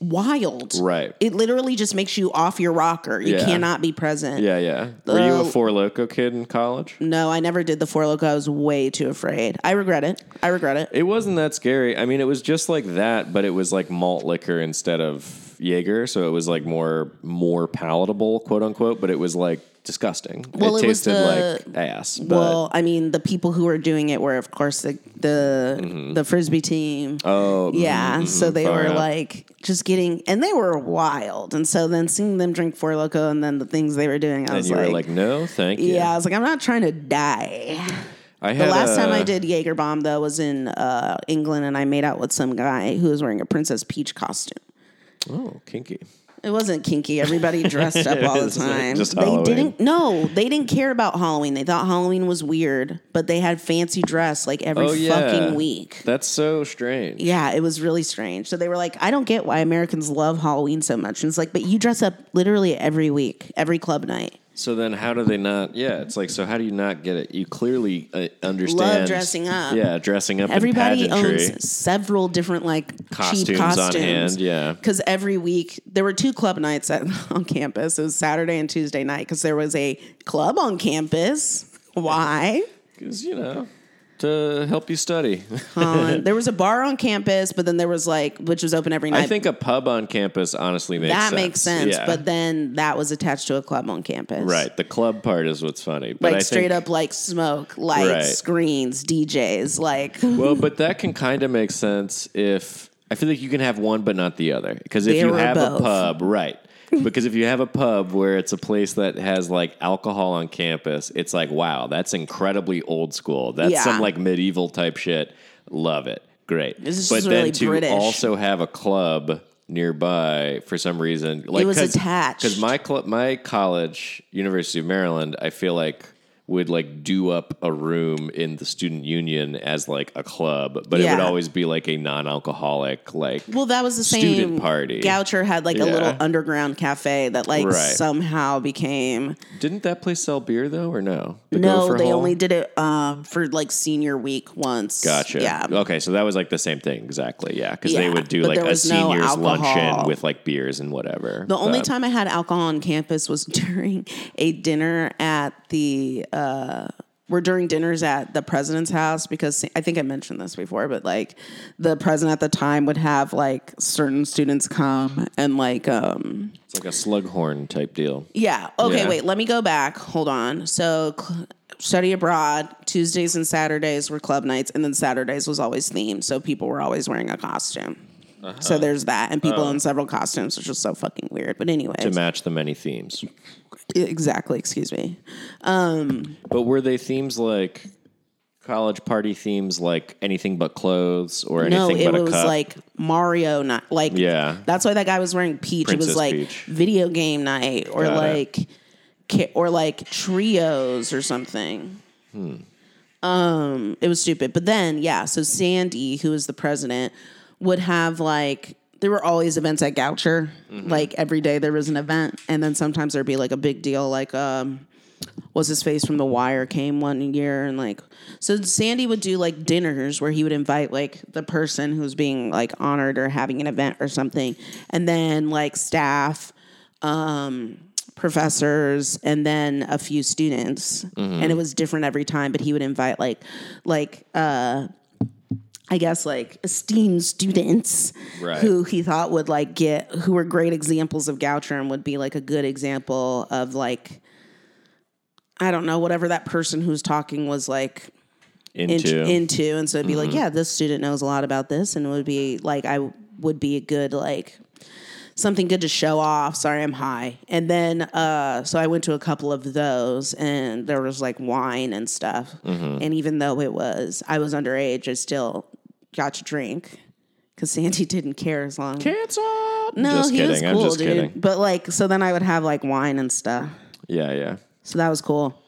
wild,
Right.
It literally just makes you off your rocker. You
Yeah.
cannot be present.
Yeah, yeah. Were you a
The-
four loco kid in college?
No, I never did the four loco. I was way too afraid. I regret it. I regret it.
It wasn't that scary. I mean, it was just like that, but it was like malt liquor instead of Jaeger, so it was like more more palatable, quote unquote. But it was like disgusting.
Well,
it,
it was
tasted
the-
like ass. But
well, I mean, the people who were doing it were, of course, the the, the frisbee team.
Mm-hmm. oh
Yeah, so they
far
were
out.
like just getting, and they were wild. And so then seeing them drink Four Loco and then the things they were doing, I
and
was
you
like,
were like, no, thank you.
yeah. I was like, I'm not trying to die.
I had
The last time I
a-
did Jaeger Bomb though was in uh, England, and I made out with some guy who was wearing a Princess Peach costume.
Oh, kinky.
It wasn't kinky. Everybody dressed up all the
was, like,
time.
just
they
Halloween.
didn't. No, they didn't care about Halloween. They thought Halloween was weird, but they had fancy dress like every fucking week.
Oh, That's so strange.
Yeah, it was really strange. So they were like, I don't get why Americans love Halloween so much. And it's like, but you dress up literally every week, every club night.
So then, how do they not? Yeah, it's like so. How do you not get it? You clearly uh, understand.
Love dressing up.
Yeah, dressing up. in
Everybody
pageantry.
owns several different like cheap
Costumes on
costumes
hand, yeah.
because every week there were two club nights at, on campus. It was Saturday and Tuesday night because there was a club on campus. Why?
'Cause, you know to help you study.
Um, there was a bar on campus, but then there was like which was open every night.
I think a pub on campus honestly makes
that
sense.
makes sense,
Yeah.
but then that was attached to a club on campus,
right, the club part is what's funny. But
Like
I
straight
think,
up, like smoke, lights,
Right.
screens, DJs, like
Well, but that can kind of make sense if I feel like you can have one but not the other. Because if
They
you
were
have
both.
a pub, right. Because if you have a pub where it's a place that has like alcohol on campus, it's like, wow, that's incredibly old school. That's
Yeah.
some like medieval type shit. Love it. Great.
This is
but
just
then
really
to
British.
also have a club nearby for some reason. Like,
was attached.
Because my club, my college, University of Maryland, I feel like would like do up a room in the student union as like a club, but it would
Yeah.
always be like a non-alcoholic like
Well, that was the same
Student party.
Goucher had like
Yeah.
a little underground cafe that like
Right.
somehow became.
Didn't that place sell beer though or no? The
no,
Gopher
they
Hole?
only did it um, for like senior week once.
Gotcha.
Yeah.
Okay, so that was like the same thing exactly. Yeah, cuz they
Yeah,
would do
but
like
there
a
was no
seniors luncheon
alcohol.
with like beers and whatever.
The only
But-
time I had alcohol on campus was during a dinner at the. Uh, we're during dinners at the president's house because I think I mentioned this before, but like the president at the time would have like certain students come and like um
it's like a slughorn type deal.
Yeah. Okay,
Yeah.
wait, let me go back. Hold on. So cl- study abroad, Tuesdays and Saturdays were club nights and then Saturdays was always themed, so people were always wearing a costume.
Uh-huh.
So there's that and
Uh.
people in several costumes, which is so fucking weird. But
To
anyway,
match the many themes.
exactly, excuse me.
But were they themes like college party themes like anything but clothes or
No,
anything
it
but a
was
cup?
like Mario night. Like
Yeah.
that's why that guy was wearing peach. it
Princess
was like
Peach.
video game night or
Got it.
like ki- or like trios or something.
Hmm.
Um, it was stupid. But then yeah, so Sandy, who was the president, would have like there were always events at Goucher.
Mm-hmm.
Like every day there was an event, and then sometimes there'd be like a big deal, like um was his face from The Wire came one year and like so Sandy would do like dinners where he would invite like the person who's being like honored or having an event or something and then like staff um professors and then a few students and it was different every time but he would invite like like uh, I guess like esteemed students
Right.
who he thought would like get who were great examples of Goucher and would be like a good example of like I don't know whatever that person who's talking was like in-
into, Mm-hmm.
into and so it'd be like yeah this student knows a lot about this and it would be like I would be a good like something good to show off sorry I'm high and then uh so I went to a couple of those and there was like wine and stuff
Mm-hmm.
and even though it was I was underage I still got to drink because Sandy didn't care as long no
just
he
kidding.
was cool
I'm just
dude
kidding.
but like so then I would have like wine and stuff
Yeah, yeah.
so that was cool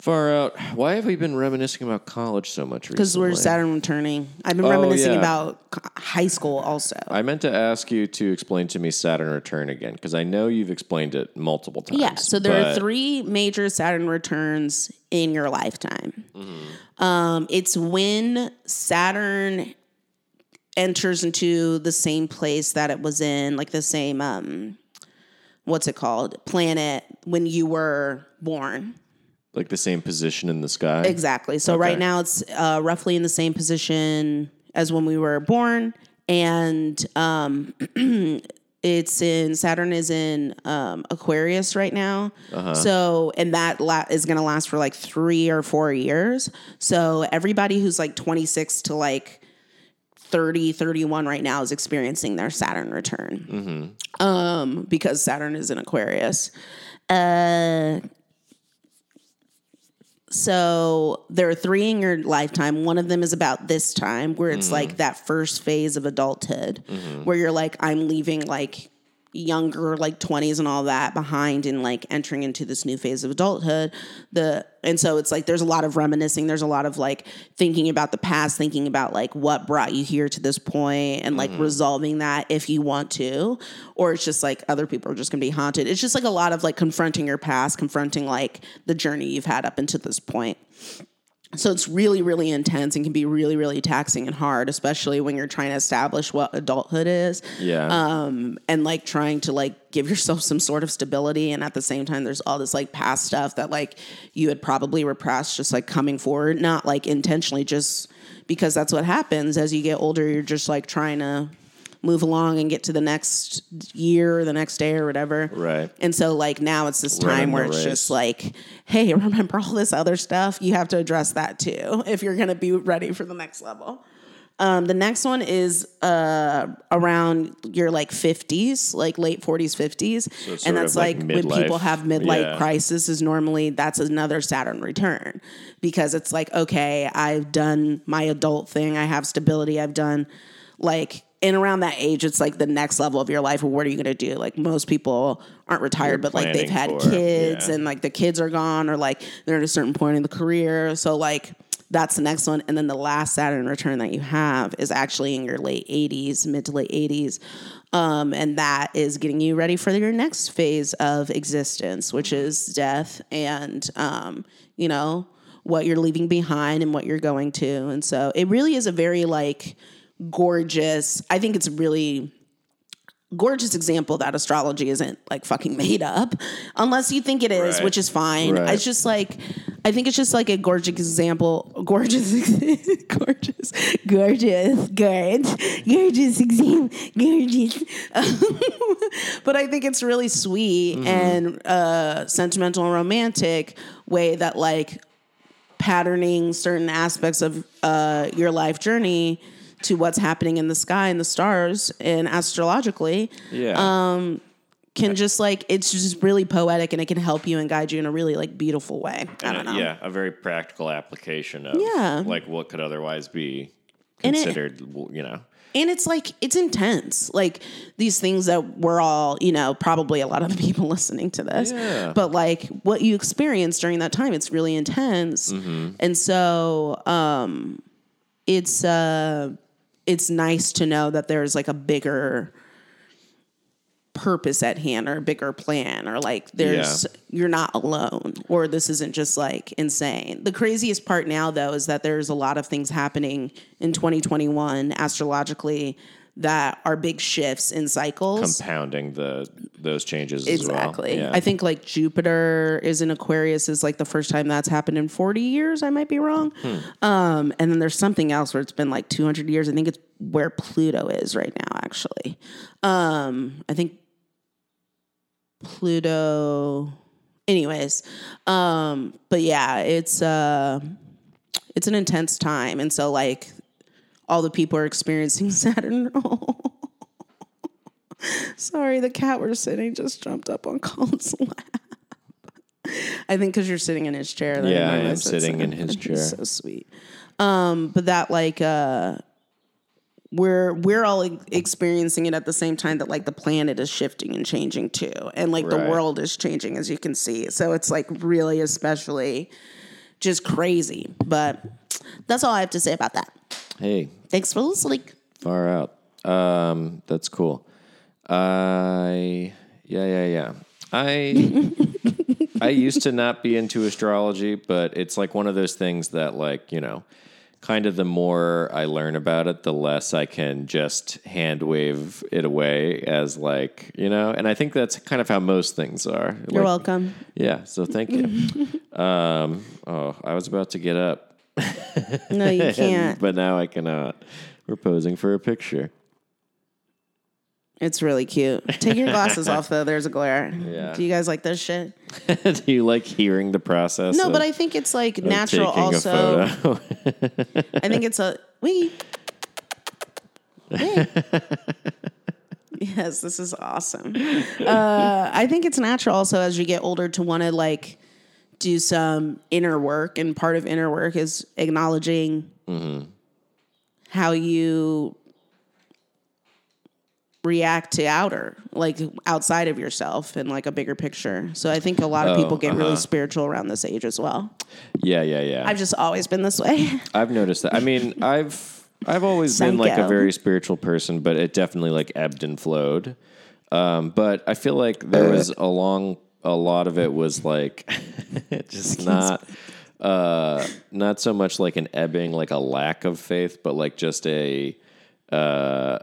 Far out. Why have we been reminiscing about college so much recently?
Because we're Saturn returning. I've been
Oh,
reminiscing
yeah.
about c- high school also.
I meant to ask you to explain to me Saturn return again because I know you've explained it multiple times.
yeah. So there are
but-
three major Saturn returns in your lifetime.
Mm-hmm.
Um, it's when Saturn enters into the same place that it was in, like the same, um, what's it called? Planet when you were born.
like the same position in the sky.
Exactly. So right now it's uh, roughly in the same position as when we were born, and um, it's in Saturn is in um, Aquarius right now. So and that la- is going to last for like three or four years. So everybody who's like 26 to like 30, 31 right now is experiencing their Saturn return um, because Saturn is in Aquarius. Uh, so there are three in your lifetime. One of them is about this time, where it's like that first phase of adulthood, where you're like, I'm leaving like younger like 20s and all that behind and like entering into this new phase of adulthood the and so it's like there's a lot of reminiscing there's a lot of like thinking about the past thinking about like what brought you here to this point and like resolving that if you want to or it's just like other people are just going to be haunted it's just like a lot of like confronting your past confronting like the journey you've had up until this point so it's really, really intense and can be really, really taxing and hard, especially when you're trying to establish what adulthood is.
Yeah.
Um, and like trying to like give yourself some sort of stability. And at the same time, there's all this like past stuff that like you had probably repressed, just like coming forward, not like intentionally, just because that's what happens as you get older. You're just like trying to move along and get to the next year or the next day or whatever.
Right.
And so like now it's this time
Running
where
the
it's
race.
just like, hey, remember all this other stuff? You have to address that too if you're gonna be ready for the next level. Um, the next one is uh, around your like 50s, like late 40s, 50s.
it's sort
and that's
of, like,
like, when
midlife.
people have midlife
Yeah.
crisis, is normally that's another Saturn return because it's like, okay, I've done my adult thing, I have stability, I've done like, and around that age, it's like the next level of your life. What are you going to do? Like, most people aren't retired, but like they've had
planning for-
kids
yeah.
and like the kids are gone or like they're at a certain point in the career. So, like, that's the next one. And then the last Saturn return that you have is actually in your late 80s, mid to late 80s. Um, and that is getting you ready for your next phase of existence, which is death and, um, you know, what you're leaving behind and what you're going to. And so it really is a very like gorgeous, I think it's really gorgeous example that astrology isn't like fucking made up unless you think it is
Right.
which is fine
Right.
it's just like i think it's just like a gorgeous example gorgeous gorgeous gorgeous gorgeous gorgeous example gorgeous but i think it's really sweet and uh sentimental and romantic way that like patterning certain aspects of uh, your life journey to what's happening in the sky and the stars and astrologically
yeah. Um,
can just like it's just really poetic and it can help you and guide you in a really like beautiful way. I don't know.
uh, yeah. A very practical application of
Yeah.
like what could otherwise be
And it-
considered, w you know.
and it's like it's intense like these things that we're all you know probably a lot of the people listening to this
Yeah.
but like what you experience during that time it's really intense
Mm-hmm.
and so um it's uh it's nice to know that there's like a bigger purpose at hand or a bigger plan or like there's you're not alone or this isn't just like insane. The craziest part now though is that there's a lot of things happening in 2021 astrologically that are big shifts in cycles.
Compounding the those changes as well.
Exactly.
Yeah.
I think like Jupiter is in Aquarius is like the first time that's happened in 40 years. I might be wrong.
Hmm.
Um, and then there's something else where it's been like 200 years. I think it's where Pluto is right now, actually. Um, I think Pluto. Anyways, um, but yeah, it's uh, it's an intense time, and so like all the people are experiencing Saturn. Sorry, the cat we're sitting just jumped up on Colin's lap. I think because you're sitting in his chair. that
Yeah, I
realized
am
it's
sitting in his
Saturn. He's
chair.
So sweet. Um, but that like uh, we're we're all e- experiencing it at the same time that like the planet is shifting and changing too, and like the
Right.
world is changing as you can see. So it's like really especially just crazy. But that's all I have to say about that.
Hey,
Thanks for listening.
Far out. Um, that's cool. I yeah yeah yeah. I I used to not be into astrology, but it's like one of those things that like you know, kind of the more I learn about it, the less I can just hand wave it away as like you know. And I think that's kind of how most things are.
You're
Like,
welcome.
Yeah. So thank you. um, oh, I was about to get up.
No, you
and-
can't.
but now I cannot. We're posing for a picture.
It's really cute. Take your glasses off though. There's a glare.
Yeah.
Do you guys like this shit?
Do you like hearing the process?
No,
of-
but I think it's like
of
natural.
taking a
Also,
photo?
I think it's a we. Wee. yes, this is awesome. Uh, I think it's natural also as you get older to want to like do some inner work, and part of inner work is acknowledging how you react to outer, like outside of yourself and like a bigger picture. So I think a lot of people get really spiritual around this age as well.
Yeah, yeah, yeah.
I've
I've,
just always been this way.
noticed that. I mean, I've I've always been like a
Psycho.
very spiritual person, but it definitely like ebbed and flowed. Um, but I feel like there was
Uh.
a long a lot of it was like just not uh not so much like an ebbing like a lack of faith but like just a uh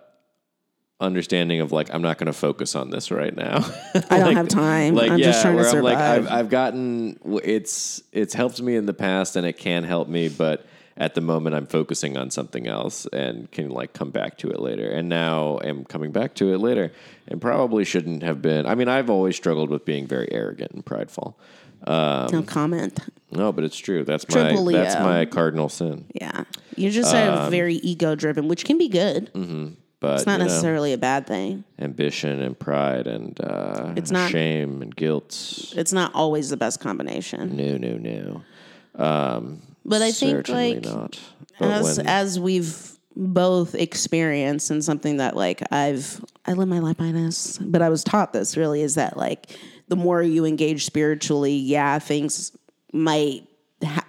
understanding of like i'm not going to focus on this right now
I don't have time.
like
I'm
yeah,
just trying
where
to
I'm like
survive.
I've, I've gotten it's it's helped me in the past and it can help me, but at the moment I'm focusing on something else and can like come back to it later. And now I'm coming back to it later and probably shouldn't have been. I mean, I've always struggled with being very arrogant and prideful.
no comment.
No, but it's true. That's my
Triple E Leo.
that's my cardinal sin.
Yeah. You're just
Um,
sort of very ego driven, which can be good.
Mm, But
It's not
you know,
necessarily a bad thing.
ambition and pride and uh,
It's not-
shame and guilt.
It's not always the best combination.
No, no, no.
But I think
Certainly
like
not. But
as
when-
as we've both experienced and something that like I've I live my life by this, but I was taught this really is that like the more you engage spiritually, yeah, things might ha-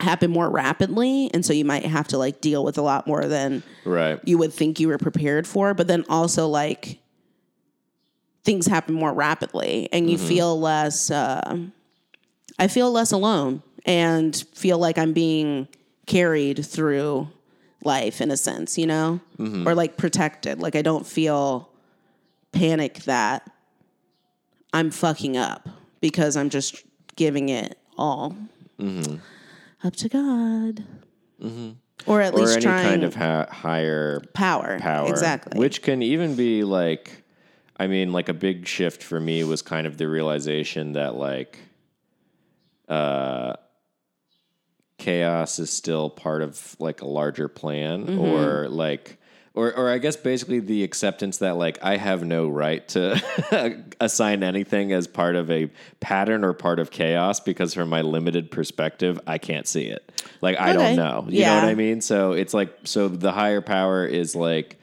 happen more rapidly, and so you might have to like deal with a lot more than
right.
you would think you were prepared for, but then also like things happen more rapidly and you feel less uh, I feel less alone and feel like I'm being carried through life in a sense, you know? Or like protected. Like I don't feel panic that I'm fucking up because I'm just giving it all up to God. Or at
or
least
any
trying
kind of ha- higher
power.
power.
Exactly.
Which can even be like, I mean, like a big shift for me was kind of the realization that like, uh, chaos is still part of like a larger plan
Mm-hmm.
or like, or, or I guess basically the acceptance that like I have no right to assign anything as part of a pattern or part of chaos because from my limited perspective I can't see it. Like I
Okay.
don't know. You know what
Yeah.
I mean? So it's like so the higher power is like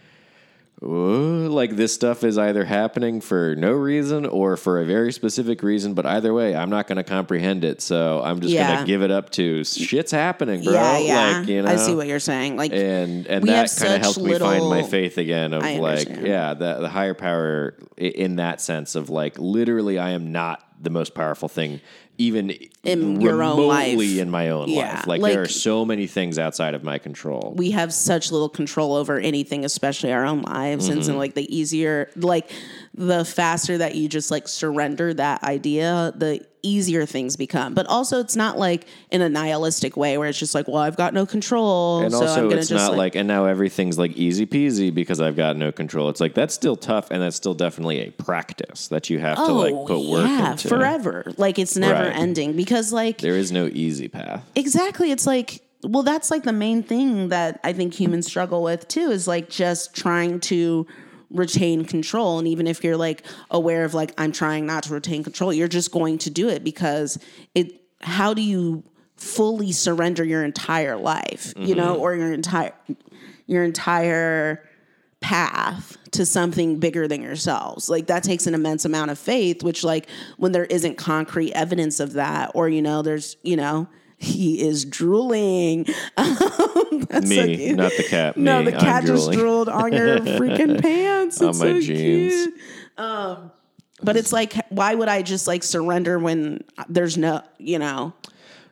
Ooh, like this stuff is either happening for no reason or for a very specific reason, but either way, I'm not going to comprehend it. So I'm just going
Yeah.
to give it up to shit's happening, bro.
yeah, yeah.
Like, you know,
I see what you're saying. Like,
and and
We
that
have
kind of
such
helped me find my
little-
faith again of
I
like,
understand.
yeah, the, the higher power i- in that sense of like, literally, I am not the most powerful thing, even
In your own life.
remotely in my own
Yeah,
life. Like,
like-
there are so many things outside of my control.
we have such little control over anything, especially our own lives. And
Mm-hmm.
so, like, the easier, like, the faster that you just like surrender that idea, the easier things become. But also, it's not like in a nihilistic way where it's just like, well, I've got no control,
And
so I'm
also,
gonna
it's
just
not like, and now everything's like easy peasy because I've got no control. It's like that's still tough, and that's still definitely a practice that you have to like put work into.
Oh, forever. Like, it's never
Right.
ending because, like,
There is no easy path.
Exactly. It's like, well, that's like the main thing that I think humans struggle with too is like just trying to retain control. And even if you're like aware of like, I'm trying not to retain control, you're just going to do it because it, how do you fully surrender your entire life, you know, or your entire, your entire path to something bigger than yourselves. Like that takes an immense amount of faith, which like when there isn't concrete evidence of that, or you know, there's you know, he is drooling. That's
Me,
a-
not the cat.
no,
Me,
the cat
I'm
just
drooling.
drooled on your freaking pants.
On
It's
my
so
jeans.
cute. Um, but it's like, why would I just like surrender when there's no, you know,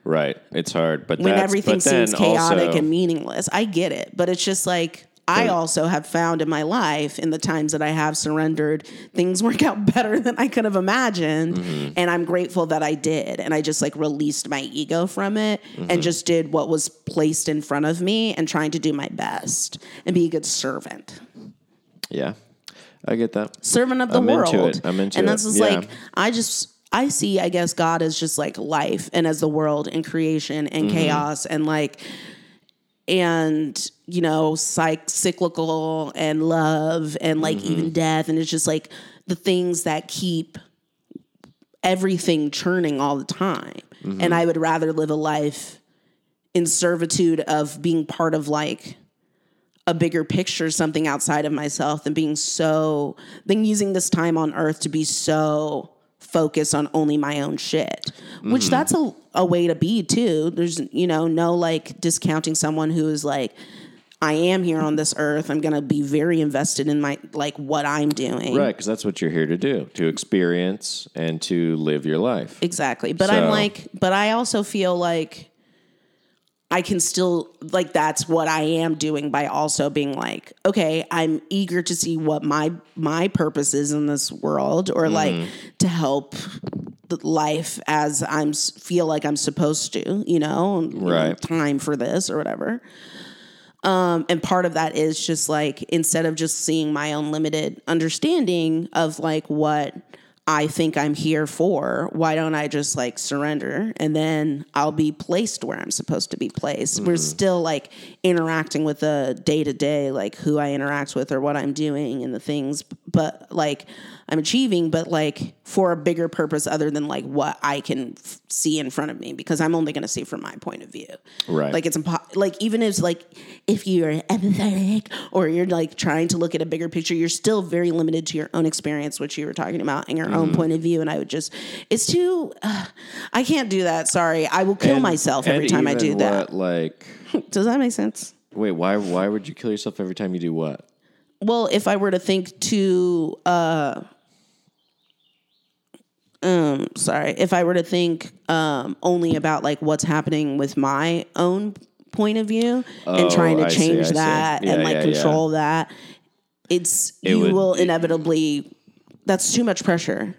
Right, it's hard, but
when
that's,
everything
but then
seems chaotic
also,
and meaningless. I get it, but it's just like I also have found in my life, in the times that I have surrendered, things work out better than I could have imagined,
Mm-hmm.
and I'm grateful that I did. And I just like released my ego from it
Mm-hmm.
and just did what was placed in front of me and trying to do my best and be a good servant,
yeah, I get that.
servant of the
I'm into
world.
it. I'm into
and
it.
that's just
Yeah.
like I just. I see, I guess, God as just like life and as the world and creation and
Mm-hmm.
chaos and like and you know psych cyclical and love and like
Mm-hmm.
even death and it's just like the things that keep everything churning all the time
Mm-hmm.
and i would rather live a life in servitude of being part of like a bigger picture, something outside of myself than being so, than using this time on earth to be so focused on only my own shit, which that's a, a way to be too. There's, you know, no like discounting someone who is like, I am here on this earth. I'm going to be very invested in my, like what I'm doing.
Right, because that's what you're here to do to experience and to live your life.
Exactly. But I'm
So-
like, but I also feel like I can still like that's what I am doing by also being like, okay, I'm eager to see what my my purpose is in this world or
Mm-hmm.
like to help the life as I'm s- feel like I'm supposed to, you know, and, you know,
Right.
time for this or whatever. Um, and part of that is just like instead of just seeing my own limited understanding of like what I think I'm here for, why don't I just like surrender and then I'll be placed where I'm supposed to be placed? We're still like interacting with the day to day, like who I interact with or what I'm doing and the things, but like I'm achieving, but like for a bigger purpose other than like what I can f- see in front of me because I'm only going to see from my point of view.
Right.
Like it's impo- like even if like if you're empathetic or you're like trying to look at a bigger picture, you're still very limited to your own experience, which you were talking about, and your
Mm-hmm.
own point of view. And I would just, it's too, uh, I can't do that. Sorry, I will kill
And-
myself
and
every time I
even
do that.
what, Like,
Does that make sense?
wait, why? Why would you kill yourself every time you do what?
Well, if I were to think too, uh, um, sorry, if I were to think um only about like what's happening with my own point of view and
Oh,
trying to
I see, I
change
see.
that
Yeah,
and like
yeah, yeah.
control that, it's you
would-
will inevitably. That's too much pressure,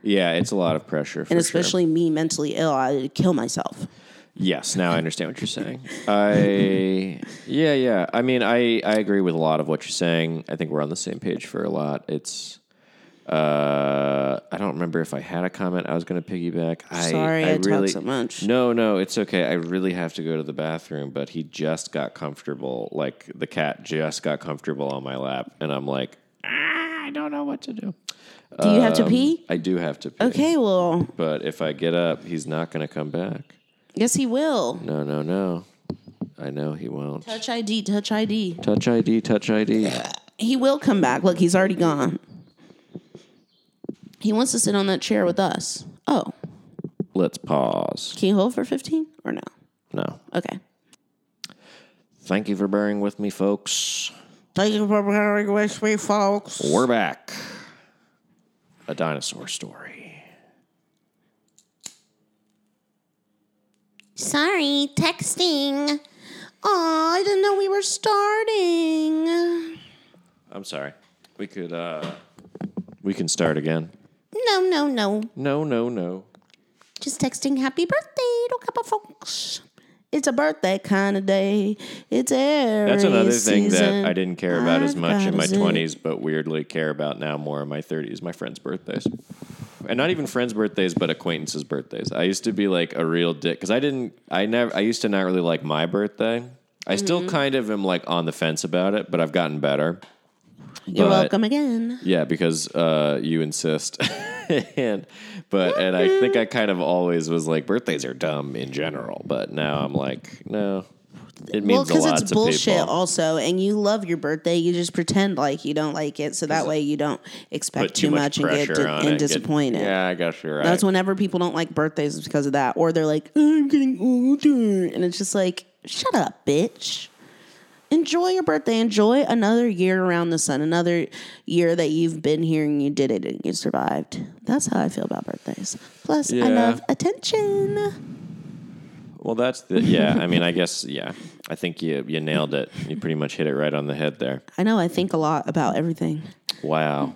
Yeah, it's a lot of pressure. For
and
sure.
especially me mentally ill, I'd kill myself.
Yes, now I understand what you're saying. I yeah, yeah. I mean, I I agree with a lot of what you're saying. I think we're on the same page for a lot. It's uh I don't remember if I had a comment I was going to piggyback. I
Sorry, I talk
really,
so much.
No, no, it's okay. I really have to go to the bathroom, but he just got comfortable. Like the cat just got comfortable on my lap and I'm like, "Ah, I don't know what to do.
Do you have
Um,
to pee?
I do have to pee.
Okay, well,
But if I get up, he's not going to come back.
yes, he will.
No, no, no. I know he won't. Touch,
Touch ID, touch ID.
ID, touch ID.
He will come back. Look, he's already gone. He wants to sit on that chair with us. Oh,
Let's pause.
can you hold for 15 or no?
No.
Okay.
Thank you for bearing with me, folks.
Thank you for bearing with me, folks.
We're back. A dinosaur story.
Sorry, texting. Aw, I didn't know we were starting.
I'm sorry. We could, uh, we can start again.
No, no, no.
No, no, no.
Just texting happy birthday to a couple folks.
It's a birthday kind of day. It's every
That's another thing
season.
that I didn't care about as
I've
much
got
in my
a zit.
20s, but weirdly care about now more in my 30s my friends' birthdays. And not even friends' birthdays, but acquaintances' birthdays. I used to be like a real dick because I didn't, I never, I used to not really like my birthday. I still
Mm-hmm.
kind of am like on the fence about it, but I've gotten better.
You're
But-
welcome again.
Yeah, because uh, you insist. and but and I
Mm-hmm.
think I kind of always was like birthdays are dumb in general, but now I'm like no, it
Well,
means a
because
lot
it's
to
bullshit,
people.
also, and you love your birthday. You just pretend like you don't like it, so that way you don't expect
put
too, much, and get
pressure
di-
on
and
it get-
disappointed.
yeah, I guess you're right.
That's whenever people don't like birthdays is because of that, or they're like, "Oh, "I'm getting older," and it's just like, "Shut up, bitch! Enjoy your birthday. Enjoy another year around the sun. Another year that you've been here and you did it and you survived." That's how I feel about birthdays. Plus, I
Yeah.
love attention.
well, that's the yeah. I mean, I guess yeah. I think you you nailed it. You pretty much hit it right on the head there.
I know I think a lot about everything.
Wow,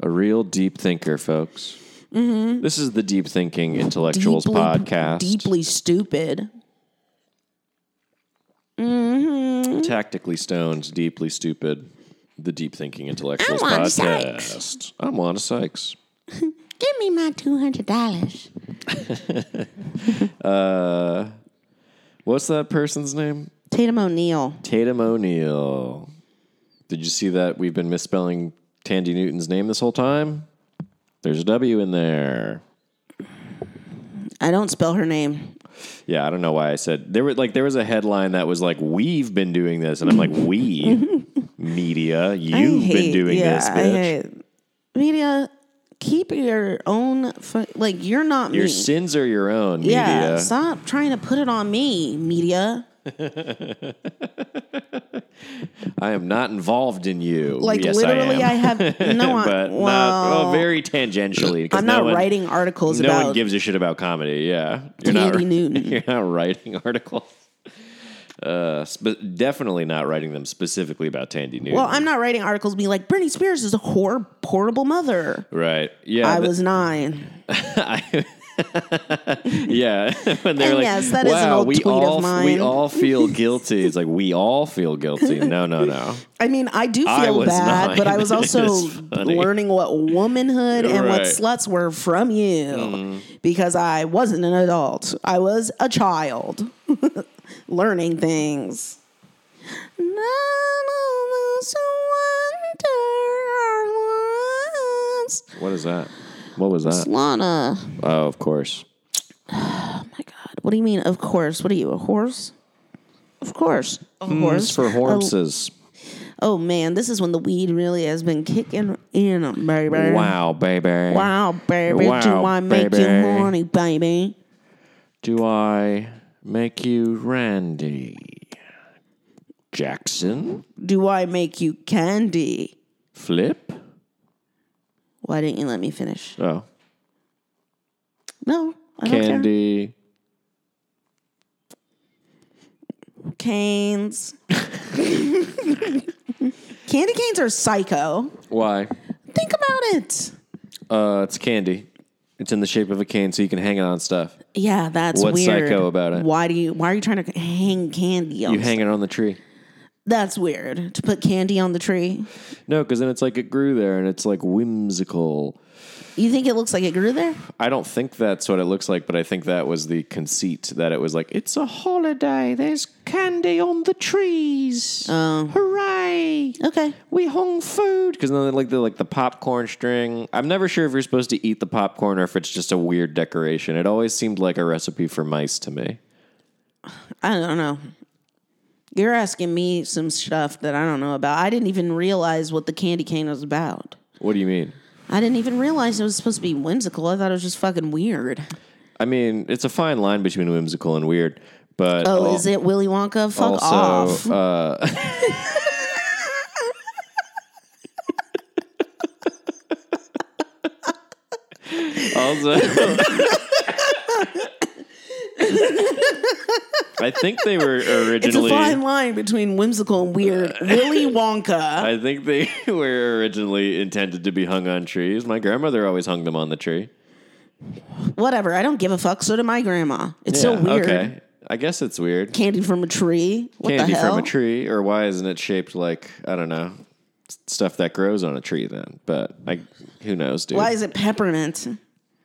a real deep thinker, folks. This is the Deep Thinking Intellectuals
Mm-hmm. Deeply-
podcast.
Deeply stupid.
Tactically stoned, deeply stupid. The Deep Thinking Intellectuals
I'm Wanda
podcast. I'm Wanda Sykes.
Give me my $200.
What's that person's name?
Tatum O'Neill.
Tatum O'Neill. Did you see that we've been misspelling Tandy Newton's name this whole time? There's a W in there.
I don't spell her name.
yeah, I don't know why I said there were like there was a headline that was like we've been doing this, and I'm like we media you've been doing this,
I
bitch.
hate- media, keep your own. Fu- like you're not
Your
me.
sins are your own,
yeah,
media.
stop trying to put it on me, media.
I am not involved in you.
Like
yes,
literally, I,
I, am.
have no. I-
but
well,
not well, very tangentially. 'cause
I'm
no
not
one-
writing articles
No
about
one gives a shit about comedy. Yeah, you're not.
Tandy Newton.
You're not writing articles. Uh, spe- definitely not writing them specifically about Tandy Newton.
Well, I'm not writing articles being like Britney Spears is a whore, horrible mother.
right. Yeah,
I
th-
was nine.
I- yeah, when they're
And
like,
yes, that
"Wow,
is an old
we
tweet of
all we
mine."
all feel guilty." It's like we all feel guilty. No, no, no.
I mean, I do
I
feel
was
bad,
nine.
but I was
It
also
is funny.
learning what womanhood and what
Right. Mm.
sluts were from you because I wasn't an adult. I was a child learning things. None of us wonder
What is that? What was that?
our lives. Lana.
Oh, of course.
Oh my God. What do you mean, of course? What are you, a horse? Of course. A horse.
Mm, It's for horses.
Oh man, this is when the weed really has been kicking in, baby.
Wow, baby.
Wow, baby. Do
Wow,
I make
baby.
you horny, baby?
Do I make you Randy Jackson?
Do I make you candy?
Flip?
Why didn't you let me finish?
Oh,
No, I don't
candy.
care. Canes. candy canes are psycho.
Why?
Think about it.
Uh, it's candy. It's in the shape of a cane, so you can hang it on stuff.
Yeah, that's
What's
weird.
psycho about it?
Why do you? Why are you trying to hang candy? On
You hang it on the tree.
That's weird to put candy on the tree.
No, because then it's like it grew there, and it's like whimsical.
You think it looks like it grew there?
I don't think that's what it looks like, but I think that was the conceit that it was like it's a holiday. There's candy on the trees.
Oh.
Hooray!
Okay.
We hung food because then like the like the popcorn string. I'm never sure if you're supposed to eat the popcorn or if it's just a weird decoration. It always seemed like a recipe for mice to me.
I don't know. You're asking me some stuff that I don't know about. I didn't even realize what the candy cane was about.
What do you mean?
I didn't even realize it was supposed to be whimsical. I thought it was just fucking weird.
I mean, it's a fine line between whimsical and weird, but
Oh,
al-
is it Willy Wonka? Fuck
also
off.
Uh, also I think they were
it's a
originally
fine line between whimsical and weird. Willy Wonka.
I think they were originally intended to be hung on trees. My grandmother always hung them on the tree.
Whatever. I don't give a fuck. So did my grandma. It's so
Yeah,
weird.
Okay. I guess it's weird.
Candy from a tree. What
Candy
the hell?
from a tree, or why isn't it shaped like I don't know s- stuff that grows on a tree? Then, but I who knows, dude?
Why is it peppermint?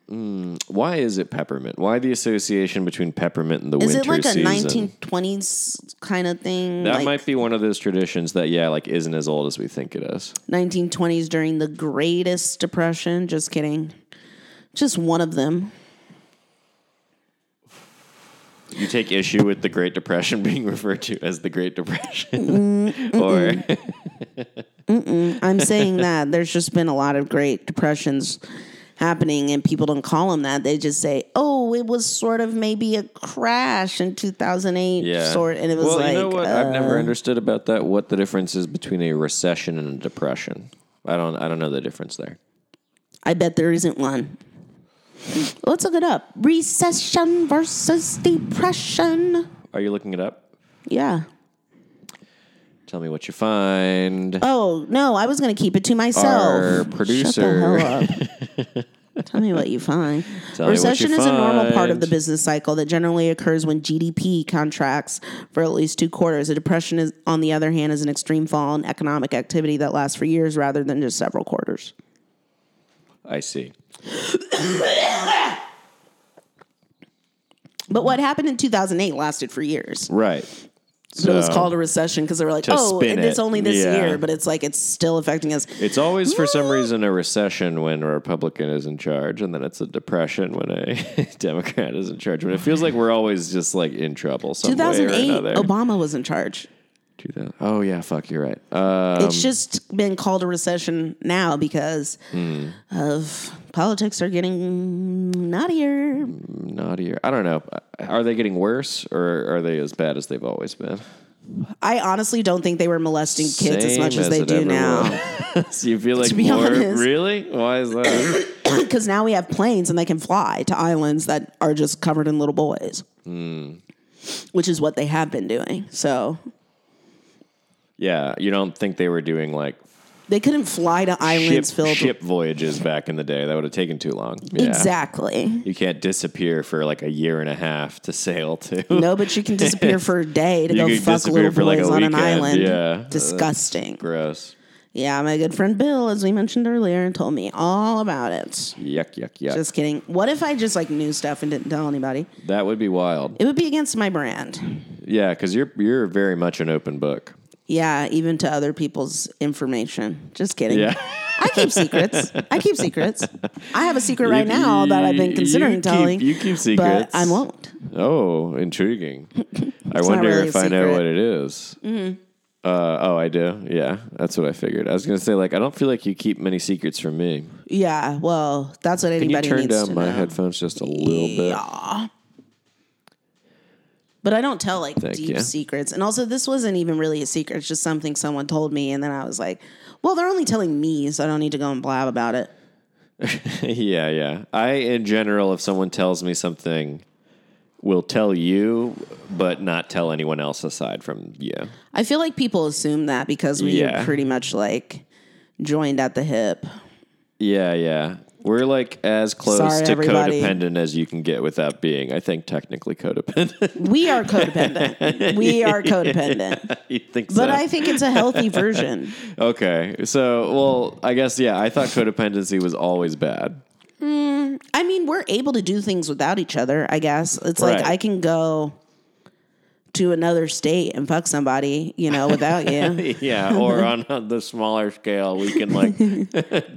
Why is it peppermint? Why the association between peppermint and the
Is
winter
it like a
season?
1920s kind of thing?
that
like
might be one of those traditions that yeah, like isn't as old as we think it is.
1920s during the greatest depression. Just kidding. Just one of them.
You take issue with the Great Depression being referred to as the Great Depression,
Mm,
or
I'm saying that there's just been a lot of great depressions happening and people don't call them that. They just say, "Oh, it was sort of maybe a crash in 2008
yeah,
sort." And it was
well,
like
you know what?
uh,
I've never understood about that. What the difference is between a recession and a depression? I don't. I don't know the difference there.
I bet there isn't one. Let's look it up. Recession versus depression.
Are you looking it up?
Yeah.
Tell me what you find.
Oh, no, I was going to keep it to myself.
Our producer.
Shut the hell up. Tell me what you find.
me what
Recession
you
is a normal part of
find.
the business cycle that generally occurs when GDP contracts for at least two quarters. A depression is, on the other hand, is an extreme fall in economic activity that lasts for years rather than just several quarters.
I see.
But what happened in 2008 lasted for years.
Right.
But it was
So-
called a recession because they were like,
To
oh,
spin
it's
it,
only this
yeah.
year, but it's like it's still affecting us.
It's always for some reason a recession when a Republican is in charge, and then it's a depression when a Democrat is in charge. But it feels like we're always just like in trouble some way or
2008,
another.
Obama was in charge.
2000. Oh yeah, fuck, you're right. Uh,
it's just been called a recession now because
Hmm.
of politics are getting naughtier.
naughtier. I don't know. Uh, Are they getting worse, or are they as bad as they've always been?
I honestly don't think they were molesting kids as
Same
much as, they
it
do
ever
now.
was. so you feel like
be
more
honest.
really? Why is that?
Because now we have planes and they can fly to islands that are just covered in little boys,
Hmm.
which is what they have been doing. So
yeah, you don't think they were doing like
they couldn't fly to
ship,
islands filled
ship voyages back in the day? That would have taken too long. Yeah.
Exactly.
You can't disappear for like a year and a half to sail to.
No, but you can disappear for a day to
You
go
could
fuck
disappear
little
for, like, a
boys on an
weekend.
island.
Yeah. That's
Disgusting.
Gross.
Yeah, my good friend Bill, as we mentioned earlier, told me all about it.
Yuck, yuck, yuck.
Just kidding. What if I just like knew stuff and didn't tell anybody?
that would be wild.
It would be against my brand.
Yeah, because you're you're very much an open book.
Yeah, even to other people's information. Just kidding.
Yeah.
I keep secrets. I keep secrets. I have a secret right now that I've been
You
considering
keep-
telling.
you keep
But
secrets.
I won't.
Oh, intriguing. I
not
wonder
really
if
a
I know
secret. Mm-hmm.
what it is. Uh, oh, I do. Yeah, that's what I figured. I was gonna say like I don't feel like you keep many secrets from me.
Yeah, well, that's what
Can you
anybody
turn
needs
down
to
my
know.
headphones just a little bit?
But I don't tell like
Thank
deep
you.
secrets. And also, this wasn't even really a secret. It's just something someone told me. And then I was like, well, they're only telling me, so I don't need to go and blab about it.
yeah, yeah. I, in general, if someone tells me something, will tell you, but not tell anyone else aside from you.
I feel like people assume that because we
Yeah.
are pretty much like joined at the hip.
Yeah, yeah. We're like as close
Sorry,
to
everybody.
codependent as you can get without being, I think, technically codependent.
We are codependent. we are codependent.
you think so?
But I think it's a healthy version.
okay. So, well, I guess, yeah, I thought codependency was always bad.
I mean, we're able to do things without each other, I guess. It's like
Right.
I can go to another state and fuck somebody, you know, without you.
Yeah, or on a- the smaller scale, we can like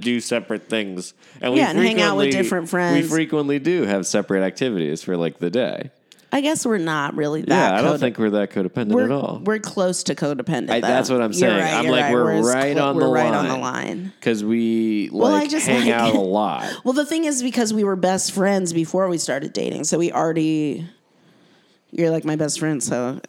do separate things, and we
Yeah, and hang out with
frequently-
different friends.
We frequently do have separate activities for like the day.
I guess we're not really that
Yeah, I don't
code-
think we're that codependent
we're,
at all.
we're close to codependent.
I-
though.
that's what I'm
You're
saying.
right,
I'm
you're
like
right.
we're,
as
right,
clo-
on
we're
the
right
line.
on the line.
because we like
I just
hang
like-
out a lot.
Well, the thing is because we were best friends before we started dating, so we already you're like my best friend, so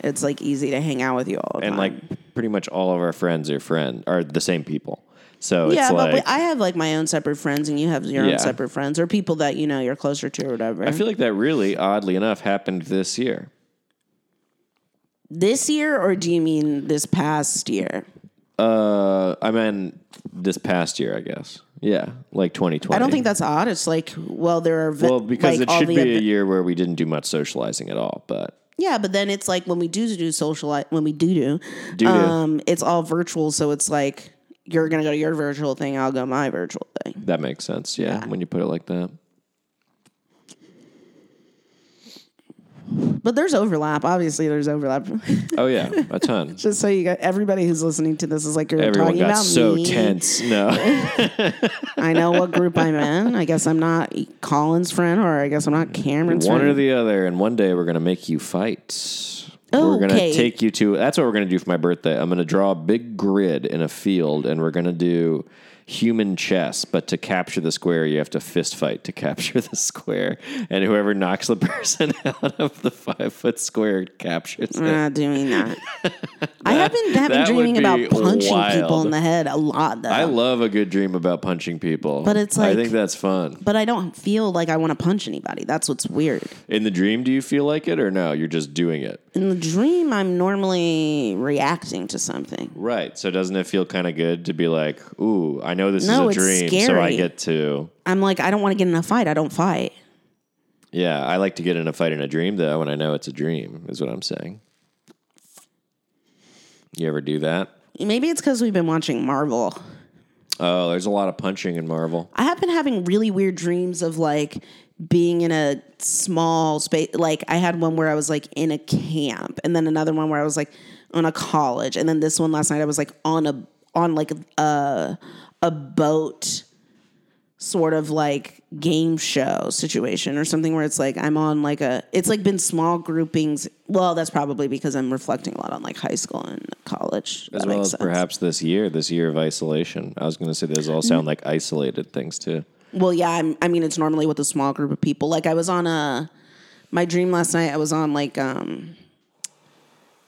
it's like easy to hang out with you all the
and
time.
like pretty much all of our friends are friend are the same people. So
yeah,
it's
but
like
we, I have like my own separate friends, and you have your
Yeah.
own separate friends, or people that you know you're closer to, or whatever.
I feel like that really oddly enough happened this year.
this year, or do you mean this past year?
Uh, I mean, this past year, I guess. Yeah, like 2020.
I don't think that's odd. It's like, well, there are ve-
Well, because
like,
it
all
should
the
be
ev-
a year where we didn't do much socializing at all. But
Yeah, but then it's like when we do do social, when we do do,
Do-do.
um, it's all virtual. So it's like you're gonna go to your virtual thing, I'll go my virtual thing.
that makes sense. Yeah, when you put it like that.
But there's overlap. Obviously, there's overlap.
Oh yeah, a ton.
Just so you got everybody who's listening to this is like you're
Everyone
talking
got
about
so
me.
tense. No,
I know what group I'm in. I guess I'm not Colin's friend, or I guess I'm not Cameron's
one
friend.
or the other, and one day we're gonna make you fight. We're
Okay.
gonna take you to. That's what we're gonna do for my birthday. I'm gonna draw a big grid in a field, and we're gonna do human chess. But to capture the square, you have to fist fight to capture the square, and whoever knocks the person out of the five foot square captures it.
I'm not doing that. I have been, have been
that would
dreaming
be
about punching people
wild.
in the head a lot, though.
I love a good dream about punching people.
But it's
I
like-
think that's fun.
but I don't feel like I want to punch anybody. That's what's weird.
In the dream, do you feel like it or no? You're just doing it.
In the dream, I'm normally reacting to something.
Right. So doesn't it feel kind of good to be like, ooh, I know this
No,
is
it's
a dream, so
scary.
I get to
I'm like, I don't want to get in a fight. I don't fight.
Yeah, I like to get in a fight in a dream though, and I know it's a dream, is what I'm saying. You ever do that?
Maybe it's because we've been watching Marvel.
Oh, there's a lot of punching in Marvel.
I have been having really weird dreams of like being in a small space. Like I had one where I was like in a camp, and then another one where I was like on a college, and then this one last night I was like on a on like a a boat sort of like game show situation or something where it's like I'm on like a it's like been small groupings. Well, that's probably because I'm reflecting a lot on like high school and college.
As
That
well
makes
as
sense.
perhaps this year, this year of isolation. I was going to say those all sound like isolated things too.
Well, yeah, I'm, I mean, it's normally with a small group of people. Like I was on a my dream last night. I was on like um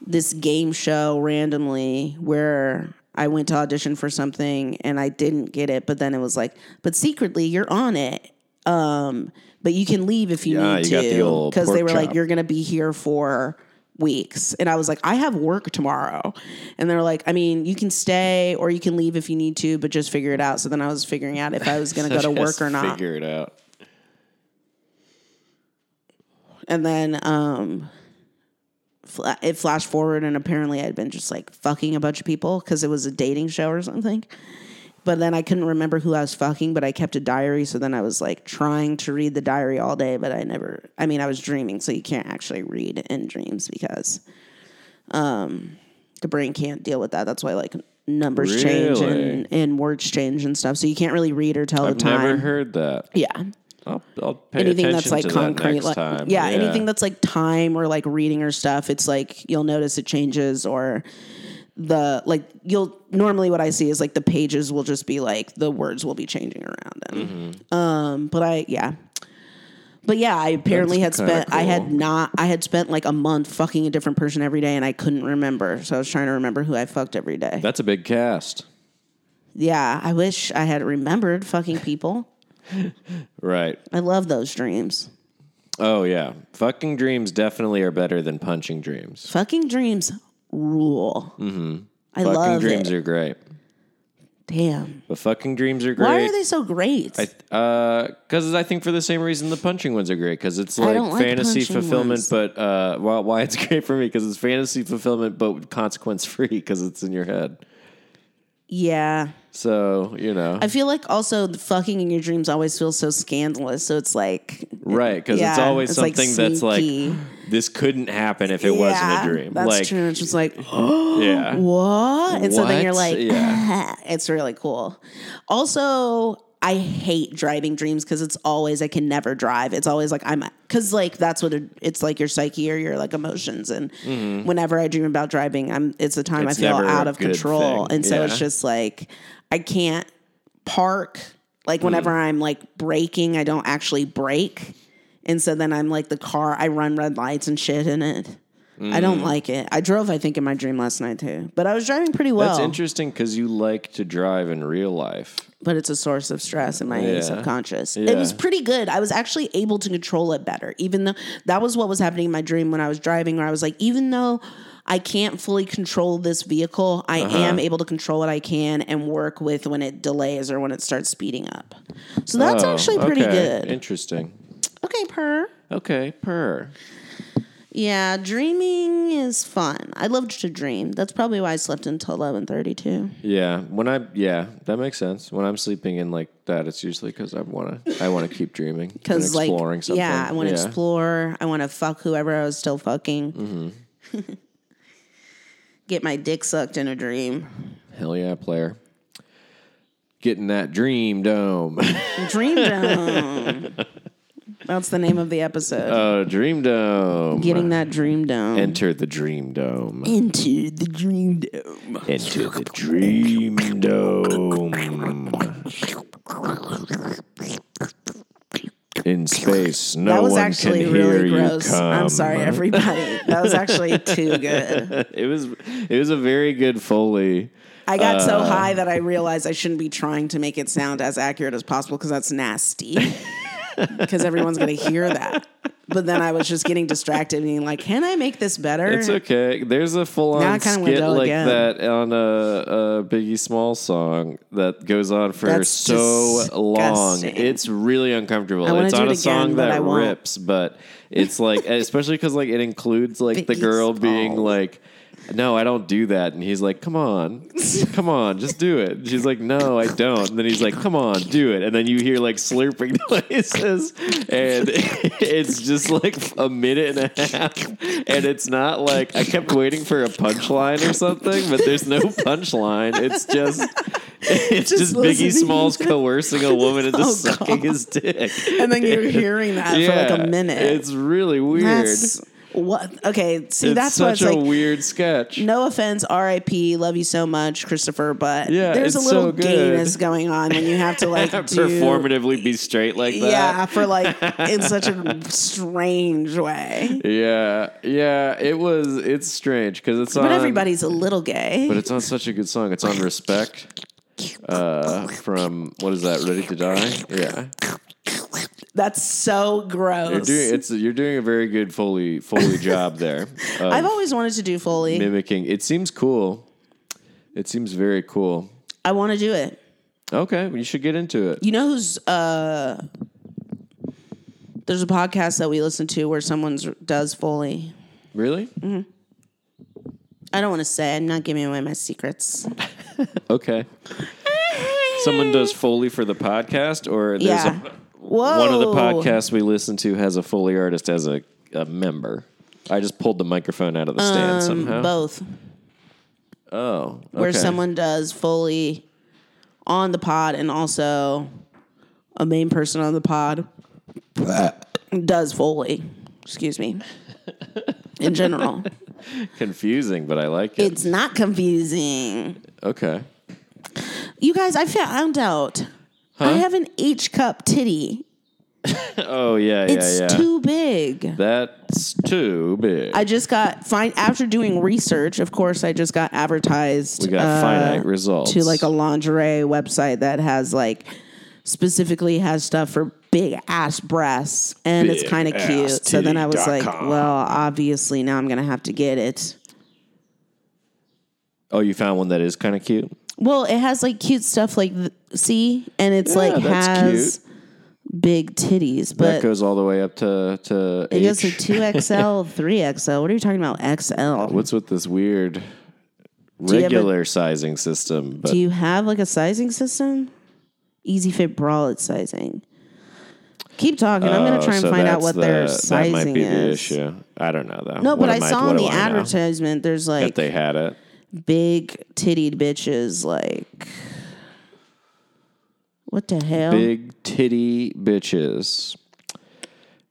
this game show randomly where I went to audition for something and I didn't get it, but then it was like, but secretly you're on it. Um, but you can leave if you
Yeah,
need
you got the
to
old
because they
pork
were like,
chop.
you're gonna be here for weeks and i was like i have work tomorrow and they're like i mean you can stay or you can leave if you need to but just figure it out so then i was figuring out if i was going to go to work
Just
or not
Figure it out.
And then um fla- it flashed forward and apparently I'd been just like fucking a bunch of people cuz it was a dating show or something. But then I couldn't remember who I was fucking, but I kept a diary so then I was like trying to read the diary all day, but I never I mean I was dreaming so you can't actually read in dreams because um the brain can't deal with that. That's why like numbers change and,
Really?
and words change and stuff. So you can't really read or tell
I've
the time.
never heard that.
yeah
I'll, I'll pay
anything
attention
that's like
to that
concrete
next
like
time.
Yeah, anything that's like time or like reading or stuff it's like you'll notice it changes or the like you'll normally what i see is like the pages will just be like the words will be changing around them
Mm-hmm.
um but i yeah but yeah i apparently
That's
had
kinda
spent i had
cool.
not i had spent like a month fucking a different person every day and i couldn't remember so i was trying to remember who i fucked every day
That's a big cast.
yeah i wish i had remembered fucking people
Right.
i love those dreams
Oh yeah. Fucking dreams definitely are better than punching dreams.
Fucking dreams rule. Mm-hmm. I
fucking
love
dreams
it.
are great.
Damn.
But fucking dreams are great.
Why are they so great?
I because I think for the same reason the punching ones are great because it's like,
don't like
fantasy
punching
fulfillment,
ones.
but uh, why, why it's great for me because it's fantasy fulfillment, but consequence free because it's in your head.
yeah.
So you know,
I feel like also the fucking in your dreams always feels so scandalous. So it's like
right? Because it's
yeah,
always
it's, like,
something that's like
sneaky.
this couldn't happen if it
yeah,
wasn't a dream.
That's
like
true. It's just like
yeah,
what? And so then you're
What?
like,
Yeah.
it's really cool. Also, I hate driving dreams because it's always I can never drive. It's always like I'm because like that's what it, it's like your psyche or your like emotions. And whenever I dream about driving, I'm it's the time
Mm-hmm. It's
I feel
never a
out of
good
control,
thing.
and so
Yeah.
it's just like I can't park. Like whenever
Mm-hmm.
I'm like braking, I don't actually brake. And so then I'm like the car, I run red lights and shit in it. I don't
Mm.
like it. I drove, I think, in my dream last night too, but I was driving pretty well.
that's interesting because you like to drive in real life.
But it's a source of stress in my
Yeah.
subconscious.
Yeah.
It was pretty good. I was actually able to control it better, even though that was what was happening in my dream when I was driving, where I was like, even though I can't fully control this vehicle, I
Uh-huh.
am able to control what I can and work with when it delays or when it starts speeding up. So that's
Oh,
actually pretty
okay.
good.
Interesting.
Okay, Per.
Okay, purr.
Yeah, dreaming is fun. I love to dream. That's probably why I slept until eleven thirty too.
Yeah, when I yeah, that makes sense. When I'm sleeping in like that, it's usually because I wanna I wanna keep dreaming, and
Because like,
exploring something.
yeah, I want to explore. I want to fuck whoever I was still fucking.
Mm-hmm.
Get my dick sucked in a dream.
Hell yeah, player. Getting that dream dome.
Dream dome. That's the name of the episode.
oh, dream dome.
Getting that dream dome.
Enter the dream dome.
into the dream dome.
Enter the dream dome. In space, no
that was
one
actually
can
really
hear
gross.
you come.
I'm sorry, everybody. That was actually too good.
It was it was a very good foley.
I got so
Uh,
high that I realized I shouldn't be trying to make it sound as accurate as possible because that's nasty. Because everyone's going to hear that. But then I was just getting distracted, being like, can I make this better?
It's okay. There's a full
Now I
on
kinda wanna
skit
go
like
again.
that on a, a Biggie Small song that goes on for
That's
so long.
disgusting.
It's really uncomfortable.
I wanna
It's
do
on
it
a
again,
song
but I
that
won't.
rips, but it's like especially because like it includes like the
Biggie
girl
Smalls.
being like. no, I don't do that. And he's like, come on, come on, just do it. And she's like, no, I don't. And then he's like, come on, do it. And then you hear like slurping noises. And it's just like a minute and a half. And it's not like, I kept waiting for a punchline or something, but there's no punchline. It's just. It's just, Biggie
listening.
Smalls coercing a woman into
Oh,
sucking his dick.
And then you're hearing that for like a minute.
It's really weird.
that's what okay. See,
it's
that's what
such
it's
a
like.
weird sketch.
No offense, R.I.P. Love you so much, Christopher. But
Yeah,
there's a
it's
little
so good.
gayness going on when you have to like do
performatively be straight like
Yeah,
that.
for like in such a strange way.
Yeah, yeah, It was. It's strange because it's on.
But everybody's a little gay.
But it's on such a good song. It's on "Respect" uh, from what is that? "Ready to Die." Yeah,
That's so gross.
you're doing. It's you're doing a very good Foley Foley job there. Uh,
I've always wanted to do Foley.
mimicking. It seems cool. It seems very cool.
I want to do it.
Okay, you should get into it.
You know who's uh there's a podcast that we listen to where someone's does Foley.
Really?
I don't want to say. I'm not giving away my secrets.
Okay. Someone does Foley for the podcast, or there's
yeah. Oh.
a
Whoa.
One of the podcasts we listen to has a Foley artist as a, a member. I just pulled the microphone out of the stand somehow.
Both.
oh,
Um, Where
okay.
someone does Foley on the pod and also a main person on the pod does Foley. Excuse me. In general.
confusing, but I like it.
it's not confusing.
okay,
You guys, I found out I have an H cup titty.
oh yeah, yeah,
It's
yeah.
too big.
That's too big.
I just got fine after doing research. Of course, I just got advertised.
we got
uh,
finite results
to like a lingerie website that has like specifically has stuff for big ass breasts, and it's kind of cute. So then I was like, well, obviously now I'm gonna have to get it.
oh, you found one that is kind of cute.
Well, it has like cute stuff like th- see, and it's
Yeah,
like
that's
has big titties, but
that goes all the way up to to
It goes to
H.
two XL, three XL. What are you talking about? XL.
What's with this weird
you have a-
regular sizing system? But
Do you have like a sizing system? Easy Fit Bralette sizing. Keep talking. I'm gonna
Oh,
try and
so
find out
that's
what their
the-
sizing
That might be the
is.
issue. I don't know though.
No,
What
but I
am
saw
what
in
do
the
I know?
advertisement there's
that
like
they had it.
big tittied bitches. Like, what the hell?
Big titty bitches.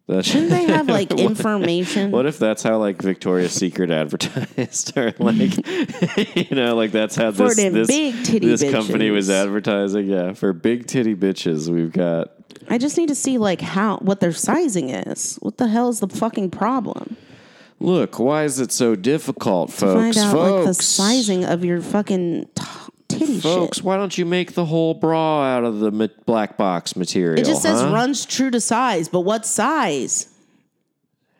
That
Didn't they have like information?
what if that's how like Victoria's Secret advertised, or like you know, like that's how
For
this
them
this,
big titty
this company was
bitches.
advertising? Yeah, for big titty bitches, we've got
I just need to see like how what their sizing is. What the hell is the fucking problem?
look. Why is it so difficult, folks?
Find out
folks,
like the sizing of your fucking t- titty
folks.
shit.
Why don't you make the whole bra out of the ma- black box material?
It just says
huh?
runs true to size, but what size?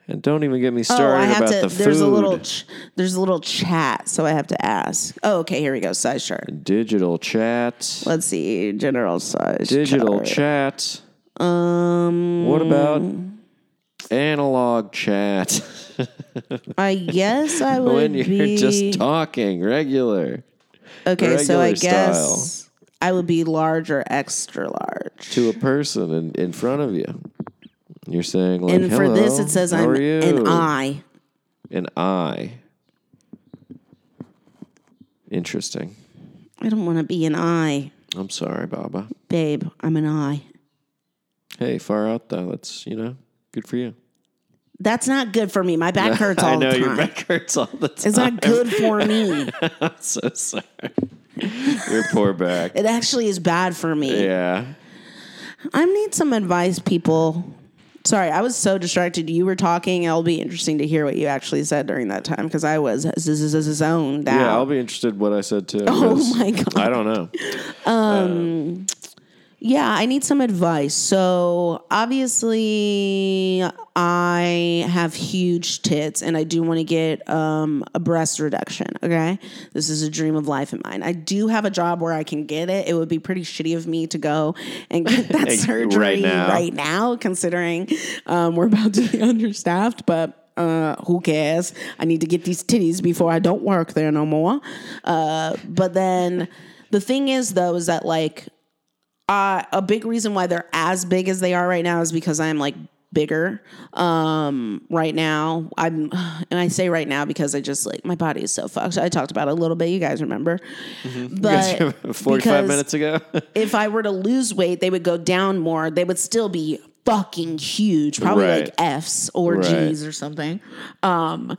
And don't even get me
Oh,
started about the food.
there's a little ch- there's a little chat, so I have to ask. Oh, okay, here we go. Size chart.
digital chat.
Let's see general size.
digital
chart.
chat.
Um,
What about analog chat?
I guess I would
when you're
be
just talking regular
okay. So I
regular
guess
style.
I would be large or extra large.
to a person in, in front of you. You're saying like,
And for this,
"Hello,
it says
how
I'm
are you?"
an I.
An I. Interesting.
I don't want to be an I,
I'm sorry, Baba.
babe. I'm an I.
Hey, far out though. That's you know, good for you.
That's not good for me. My back hurts all
I know
the time.
your back hurts all the time.
It's not good for me.
I'm so sorry. your poor back.
It actually is bad for me.
Yeah.
I need some advice, people. Sorry, I was so distracted. You were talking. It'll be interesting to hear what you actually said during that time because I was z- z- z- zoned out.
Yeah, I'll be interested what I said too.
Oh
'cause
my God.
I don't know.
Yeah, I need some advice. So obviously, I have huge tits, and I do want to get um, a breast reduction. Okay, this is a dream of life of mine. I do have a job where I can get it. It would be pretty shitty of me to go and get that
Like,
surgery
right now.
right now, considering um, we're about to be understaffed. But uh, who cares? I need to get these titties before I don't work there no more. Uh, but then the thing is, though, is that like uh, a big reason why they're as big as they are right now is because I'm like bigger um right now i'm and i say right now because i just like my body is so fucked i talked about it a little bit you guys remember but
Mm-hmm. Forty-five
because-
minutes ago.
if I were to lose weight, they would go down more. They would still be fucking huge, probably
Right.
like F's or
Right.
G's or something. Um,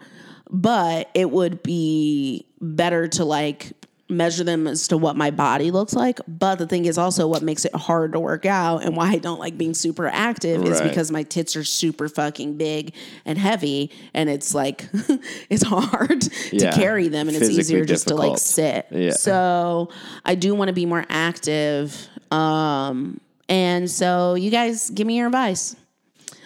but it would be better to like measure them as to what my body looks like. But the thing is also what makes it hard to work out and why I don't like being super active is
Right.
because my tits are super fucking big and heavy and it's like it's hard
Yeah.
to carry them and
Physically
it's easier just to like
difficult.
sit.
Yeah.
So I do want to be more active. Um, and so you guys give me your advice.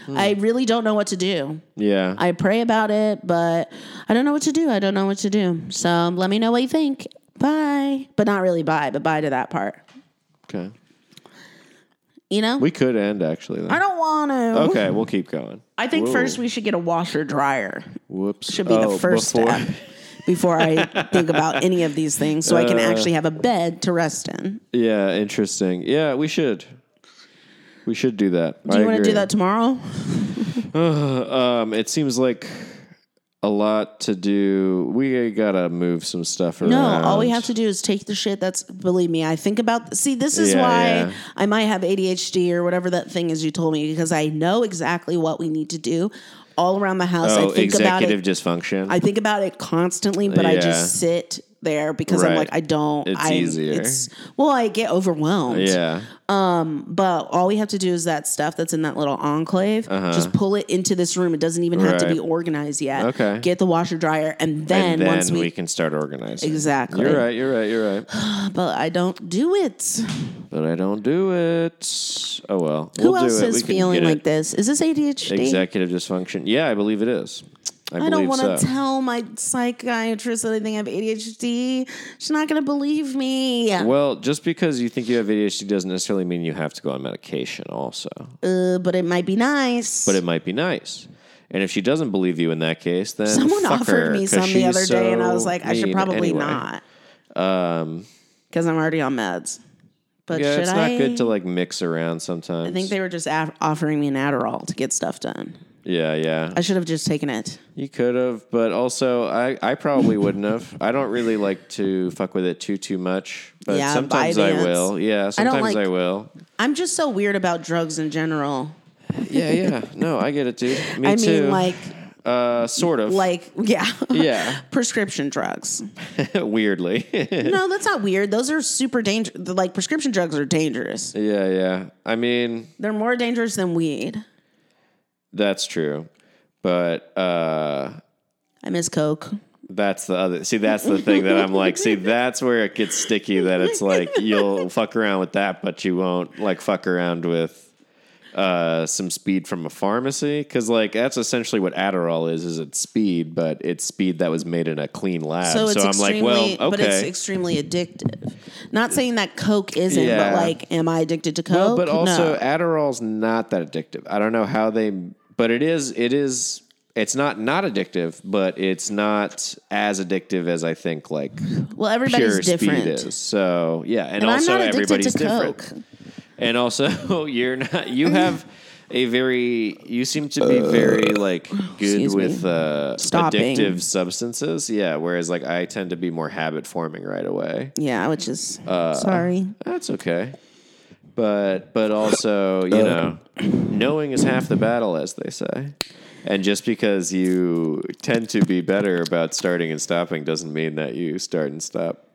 Hmm.
I really don't know what to do.
Yeah.
I pray about it, but I don't know what to do. I don't know what to do. So let me know what you think. Bye. But not really bye, but bye to that part.
okay.
You know?
We could end actually. Then.
I don't want to.
Okay, we'll keep going.
I think
Whoa.
first we should get a washer dryer.
Whoops.
Should be
Oh,
the first
before-
step before I think about any of these things so I
Uh.
can actually have a bed to rest in.
Yeah, interesting. Yeah, we should. We should do that.
Do you want to do that tomorrow?
Um, it seems like a lot to do. We gotta move some stuff around.
No, all we have to do is take the shit that's believe me, I think about see this is
Yeah,
why
yeah.
I might have ADHD or whatever that thing is you told me because I know exactly what we need to do all around the house.
Oh,
I think about
executive
it.
dysfunction.
I think about it constantly, but I
Yeah.
just sit there because I'm
Right.
like I don't
It's
I,
easier.
It's, well, I get overwhelmed.
yeah.
But all we have to do is that stuff that's in that little enclave, just pull it into this room. It doesn't even have to
Uh-huh. Right.
be organized yet.
Okay.
Get the washer dryer and then,
And then
once
we,
we,
can start organizing.
Exactly.
You're right. You're right. You're right.
but I don't do it.
But I don't do it. Oh well.
Who
We'll do
else
it.
is
We can
feeling
get
like
it.
this? Is this ADHD?
Executive dysfunction. Yeah, I believe it is. I,
I don't
believe
want to
so.
tell my psychiatrist that I think I have ADHD. She's not going to believe me.
Well, just because you think you have ADHD doesn't necessarily mean you have to go on medication. Also,
Uh, but it might be nice.
but it might be nice. And if she doesn't believe you in that case, then
Someone
fuck
offered
her,
me
'cause
some the
she's
other day, and I
so
was like, I should
mean
probably
anyway. Um,
not. Because I'm already on meds. But
Yeah,
should
it's
I?
not good to like mix around sometimes.
I think they were just af- offering me an Adderall to get stuff done.
yeah, yeah.
I should have just taken it.
You could have, but also I, I probably wouldn't have. I don't really like to fuck with it too too much, but
Yeah,
sometimes
Vyvanse.
I will. Yeah, sometimes I,
like-
will.
I'm just so weird about drugs in general.
Yeah, yeah. No, I get it, dude. Me
I mean,
too.
like,
uh, sort of.
like, yeah,
yeah,
prescription drugs.
weirdly. yeah,
No, that's not weird. Those are super dangerous. Like prescription drugs are dangerous.
yeah. I mean,
They're more dangerous than weed.
that's true, but uh.
I miss coke.
That's the other. See, that's the thing that I'm like. See, that's where it gets sticky. That it's like you'll fuck around with that, but you won't like fuck around with uh, some speed from a pharmacy because like that's essentially what Adderall is. Is it's speed, but it's speed that was made in a clean lab.
So
Uh, So,
it's
I'm like,
extremely,
well, okay.
but it's extremely addictive. Not saying that coke isn't,
Yeah.
but like, am I addicted to coke?
Well, but also
no.
Adderall's not that addictive. I don't know how they, but it is. It is. It's not not addictive, but it's not as addictive as I think like
well,
pure
everybody's different.
speed is. So yeah, and,
And I'm
also
not addicted
everybody's
to
different.
coke.
And also you're not. You have a very. You seem to be very like good
Excuse me.
with uh,
Stopping.
addictive substances. Yeah, whereas like I tend to be more habit forming right away.
Yeah, which is
Uh,
sorry.
That's okay. But but also,
Uh,
you know, knowing is half the battle, as they say. And just because you tend to be better about starting and stopping doesn't mean that you start and stop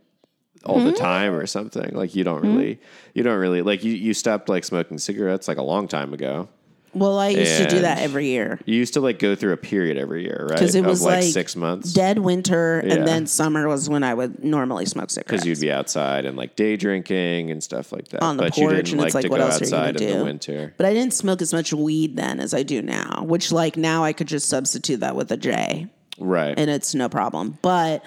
all
Hmm?
the time or something. Like you don't really you don't really like you, you stopped like smoking cigarettes like a long time ago.
Well, I used to do that
And-
every year.
You used to like go through a period every year, right?
because it
of
was
like,
like,
six months.
dead winter,
Yeah.
and then summer was when I would normally smoke cigarettes.
because you'd be outside and like day drinking and stuff like that.
on the
but
porch,
you didn't
and
like
it's like,
to
what
go
else are you gonna
outside in
do?
the winter.
But I didn't smoke as much weed then as I do now, which like now I could just substitute that with a J,
Right.
and it's no problem. But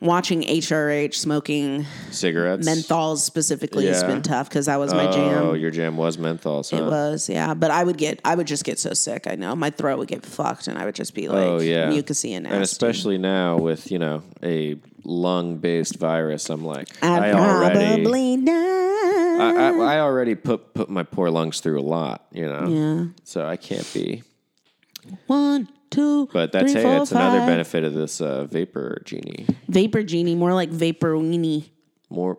watching HRH smoking
Cigarettes.
menthols specifically has
Yeah.
been tough because that was my
Oh,
jam.
your jam was menthol. So.
It was, yeah. But I would get, I would just get so sick. I know my throat would get fucked, and I would just be like,
oh yeah,
mucousy and nasty.
and especially now with you know a lung-based virus, I'm like
I'd
I already.
probably die.
I, I, I already put put my poor lungs through a lot, you know.
Yeah.
So I can't be.
One, two,
But that's
three,
hey,
four,
that's another
five.
benefit of this uh, vapor genie.
Vapor genie, more like vapor weenie,
More,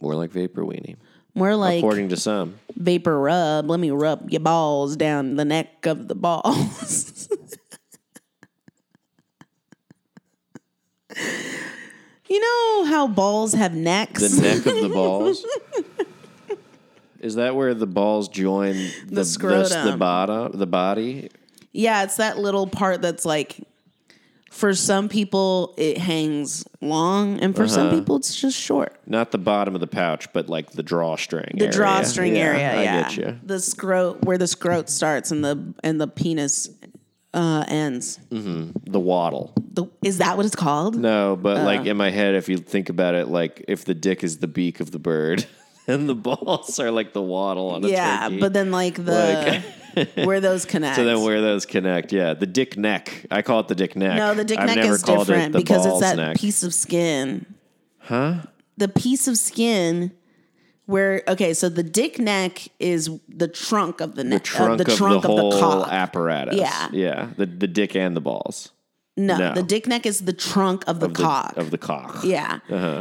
more like vapor weenie,
more like
according to some.
vapor rub. Let me rub your balls down the neck of the balls. you know how balls have necks.
The neck of the balls. Is that where the balls join the the,
scrotum.
the bottom, the body?
Yeah, it's that little part that's like for some people it hangs long and for some
Uh-huh.
people it's just short.
Not the bottom of the pouch, but like the drawstring.
The drawstring area,
I
yeah.
get you.
The scrot where the scrot starts and the and the penis uh, ends.
The waddle.
The, is that what it's called?
No, but
Uh.
like in my head, if you think about it, like if the dick is the beak of the bird, and the balls are like the waddle on a
yeah,
turkey.
but then like the where those connect.
So then where those connect, yeah. The dick neck. I call it the dick neck.
no, the dick
I've
neck
never
is
called it
different
the
because it's
balls
that
neck.
piece of skin. Huh? The piece of skin where okay, so the dick neck is the trunk of the neck, of
trunk
the trunk of the,
whole
cock.
apparatus.
Yeah.
Yeah. The the dick and the balls.
no,
no.
the dick neck is the trunk of the
Of the-
cock.
of the cock.
Yeah.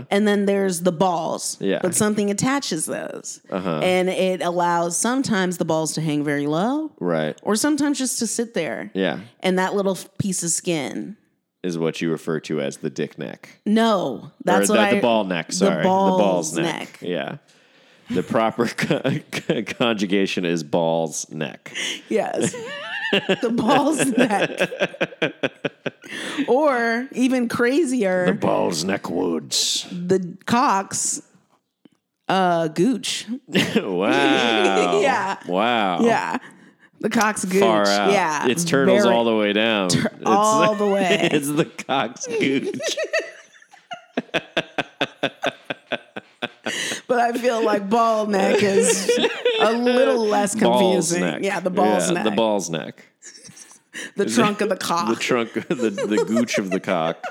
And then there's the balls.
Yeah. Uh-huh.
But something attaches those. And it allows sometimes the balls to hang very low
Right.
or sometimes just to sit there.
Yeah.
And that little f- piece of skin.
Is what you refer to as the dick neck.
No, that's
or the,
what I,
the ball neck, sorry.
balls
balls
neck.
Yeah. The proper con- conjugation is balls neck.
Yes. the ball's neck. or even crazier,
Balls neck woods.
the, cock's uh, gooch.
wow.
Yeah.
Wow.
Yeah. The cock's gooch.
Oh. Far out.
Yeah.
It's turtles
Very-
all the way down. It's-
all the way.
it's the cock's gooch.
But I feel like ball neck is a little less
balls
confusing.
neck.
Yeah, the balls
Yeah,
neck.
The
The,
balls neck.
trunk of the cock.
The trunk, the, the gooch of the cock.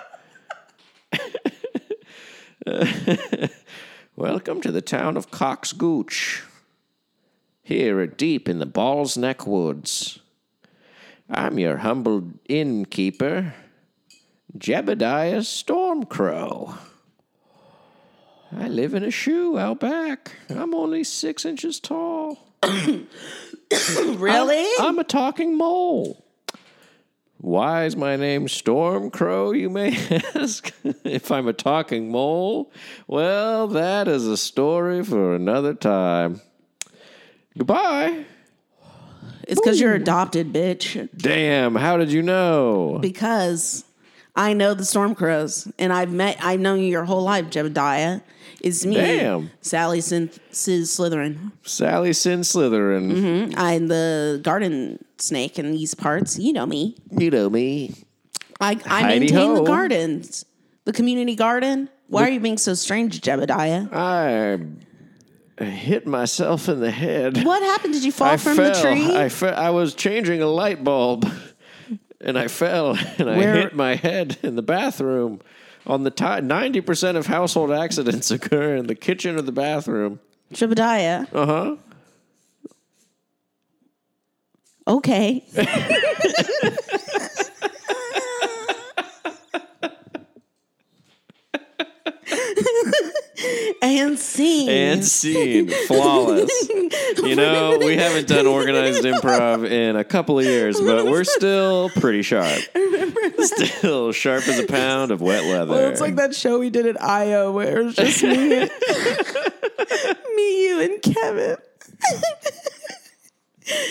Welcome to the town of Cock's Gooch. Here, at deep in the Balls Neck Woods. I'm your humble innkeeper, Jebediah Stormcrow. I live in a shoe out back. I'm only six inches tall.
really?
I'm a talking mole. Why is my name Stormcrow, you may ask? if I'm a talking mole? Well, that is a story for another time. Goodbye.
it's because you're adopted, bitch.
Damn, how did you know?
Because I know the Stormcrows, and I've met, I've known you your whole life, Jebediah. It's me,
Damn.
Sally Synth- Sis Slytherin.
Sally Sin Slytherin.
Mm-hmm. I'm the garden snake in these parts. You know me.
You know me.
I, I
Heidi
maintain the
ho.
gardens, the community garden. Why are you being so strange, Jebediah?
I hit myself in the head.
What happened? Did you fall
I
from
fell.
the tree?
I, fe- I was changing a light bulb and I fell and I
Where-
hit my head in the bathroom. On the time, 90% of household accidents occur in the kitchen or the bathroom.
Jebediah. Uh huh. Okay. and scene.
And scene. Flawless. You know, we haven't done organized improv in a couple of years, but we're still pretty sharp. Still sharp as a pound of wet leather.
Well, it's like that show we did at IO where it was just me, and- me, you, and Kevin.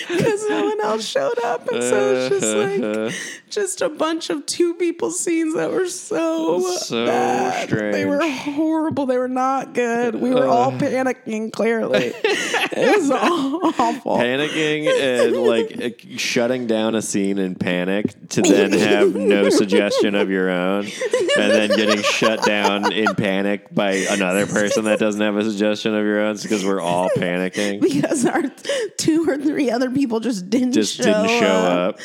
Because no one else showed up, and so it's just like just a bunch of two people scenes that were so
So
bad. They were
strange.
horrible. They were not good. We were all panicking. Clearly, It was aw- awful.
panicking and like shutting down a scene in panic to then have no suggestion of your own and then getting shut down in panic by another person that doesn't have a suggestion of your own because we're all panicking
Because our t- two or three other people just didn't
just
show
didn't show
up.
up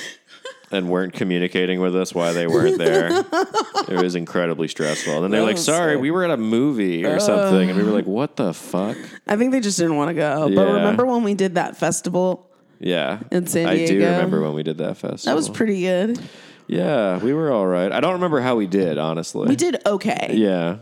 and weren't communicating with us why they weren't there it was incredibly stressful and then they're like sorry we were at a movie or something and we were like what the fuck
I think they just didn't want to go. But
Yeah.
remember when we did that festival?
yeah
In San
i do
Diego.
remember when we did that festival
That was pretty good.
Yeah, we were all right. I don't remember how we did, honestly.
We did okay.
Yeah.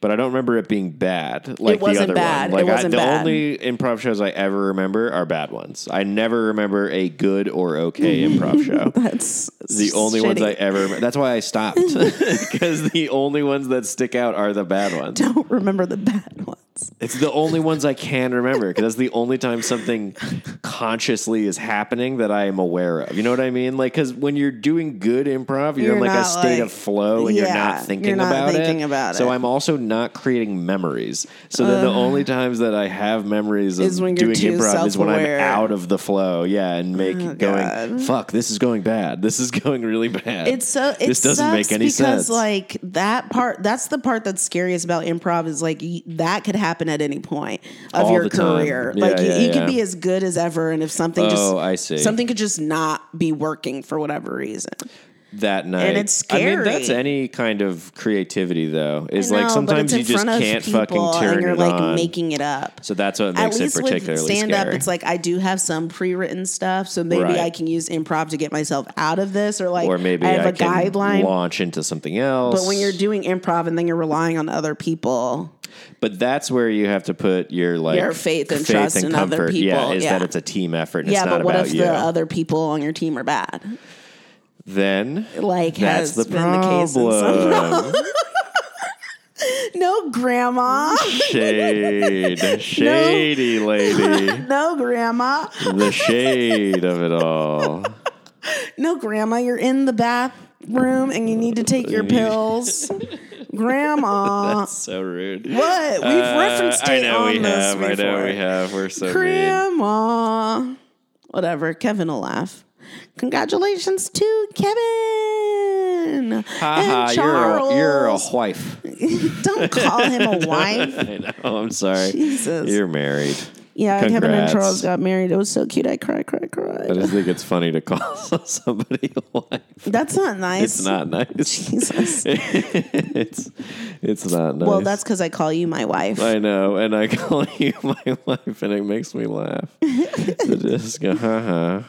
But I don't remember it being bad. Like
wasn't
the other
bad.
one. Like
It wasn't
I, the
bad.
only improv shows I ever remember are bad ones. I never remember a good or okay improv show.
That's
The only
shitty.
ones I ever remember. That's why I stopped. Because the only ones that stick out are the bad ones.
don't remember the bad ones.
It's the only ones I can remember because that's the only time something consciously is happening that I am aware of. You know what I mean? Like, because when you're doing good improv, you're,
You're
in like a
not,
state
like-
of flow and you're
yeah,
not thinking
you're not
about
thinking
it.
about
so
it.
I'm also not creating memories. So then the only times that I have memories of
Is when you're
doing
too
improv is when I'm
self-aware. Oh,
out of the flow. Yeah, and make going
God.
fuck. This is going bad. This is going really bad.
It's so it
this doesn't
sucks
make any
because
sense.
like that part that's the part that's scariest about improv is like y- that could happen at any point of
All
your
the time.
career.
Yeah,
like you,
yeah,
you
yeah.
could be as good as ever and if something just
Oh, I see.
something could just not be working for whatever reason.
that night.
it's
I mean,
scary.
that's any kind of creativity, though. Is like
I know, but it's
sometimes
in
you just
front of
can't
people
fucking turn
and you're
it
like
on.
making it up.
so that's what
At
makes it
least with
particularly
stand up,
scary.
it's like I do have some pre written stuff, so maybe
Right.
I can use improv to get myself out of this, or like
or maybe
I have
a
a guideline.
launch into something else.
But when you're doing improv and then you're relying on other people,
but that's where you have to put your like
Your faith and trust in other
comfort. Yeah,
people,
is
yeah.
that it's a team effort and
yeah.
it's not
But what
about
if
you.
the other people on your team are bad?
then
Like
that's
has
the
been the case. In some,
problem.
no, grandma.
Shade, shady lady,
No, grandma.
the shade of it all.
No, grandma. You're in the bathroom and you need to take your pills. grandma.
That's so rude.
what? We've referenced
Uh, I
it
know
on
we
this
have.
before.
I know we have. We're so mean.
Grandma. Whatever. Kevin will laugh. Congratulations to Kevin. and
Ha ha! You're
Charles.
a, you're a wife.
Don't call him a wife.
I know. I'm sorry.
Jesus.
You're married.
Yeah, Kevin and
Congrats.
Charles got married. It was so cute. I cried, cried,
I
cried.
just think it's funny to call somebody a wife.
That's not nice.
It's not nice.
Jesus.
it's it's not nice.
Well, that's because I call you my wife.
I know, and I call you my wife, and it makes me laugh. to just go, ha ha.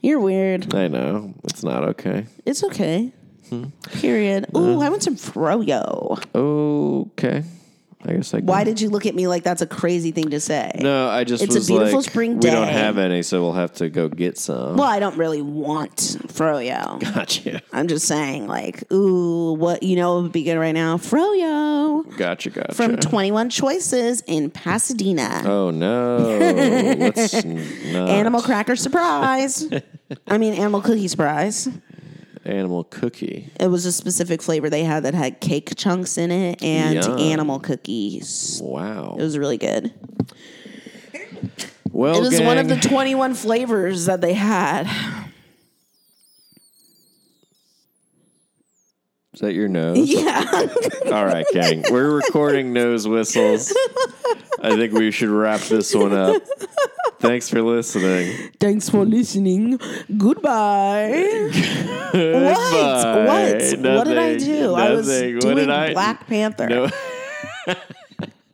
You're weird.
I know it's not okay.
It's okay.
Hmm.
Period.
Uh.
Ooh, I want some froyo.
Okay, I guess I. Can.
Why did you look at me like that's a crazy thing to say?
No, I just
It's a
was
beautiful
like,
spring
We don't
day.
have any, so we'll have to go get some.
Well, I don't really want froyo.
Gotcha.
I'm just saying, like, ooh, what you know would be good right now? Froyo
Gotcha, gotcha.
from 21 Choices in Pasadena.
oh, no. Let's not.
Animal cracker surprise. I mean, animal cookie surprise.
Animal cookie.
It was a specific flavor they had that had cake chunks in it and
Yum.
animal cookies.
Wow.
It was really good.
well,
It was one of the
gang,
21 flavors that they had.
Is that your nose?
Yeah.
All right, gang. We're recording nose whistles. I think we should wrap this one up. Thanks for listening.
Thanks for listening. Goodbye. What? What? what did I do? I was doing Black Panther.
No.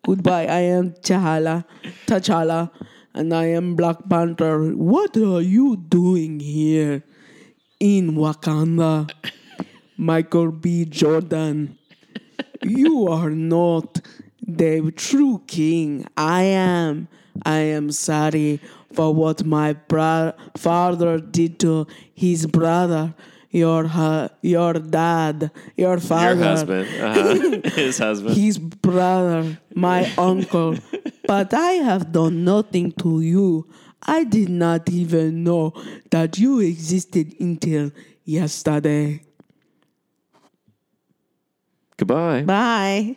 Goodbye. I am T'Challa. T'Challa. And I am Black Panther. What are you doing here in Wakanda? Michael B. Jordan. You are not the true king. I am. I am sorry for what my bro- father did to his brother, your hu- your dad, your
Your
father,
husband. Uh-huh. His husband.
his brother, my uncle. But I have done nothing to you. I did not even know that you existed until yesterday.
Goodbye.
Bye.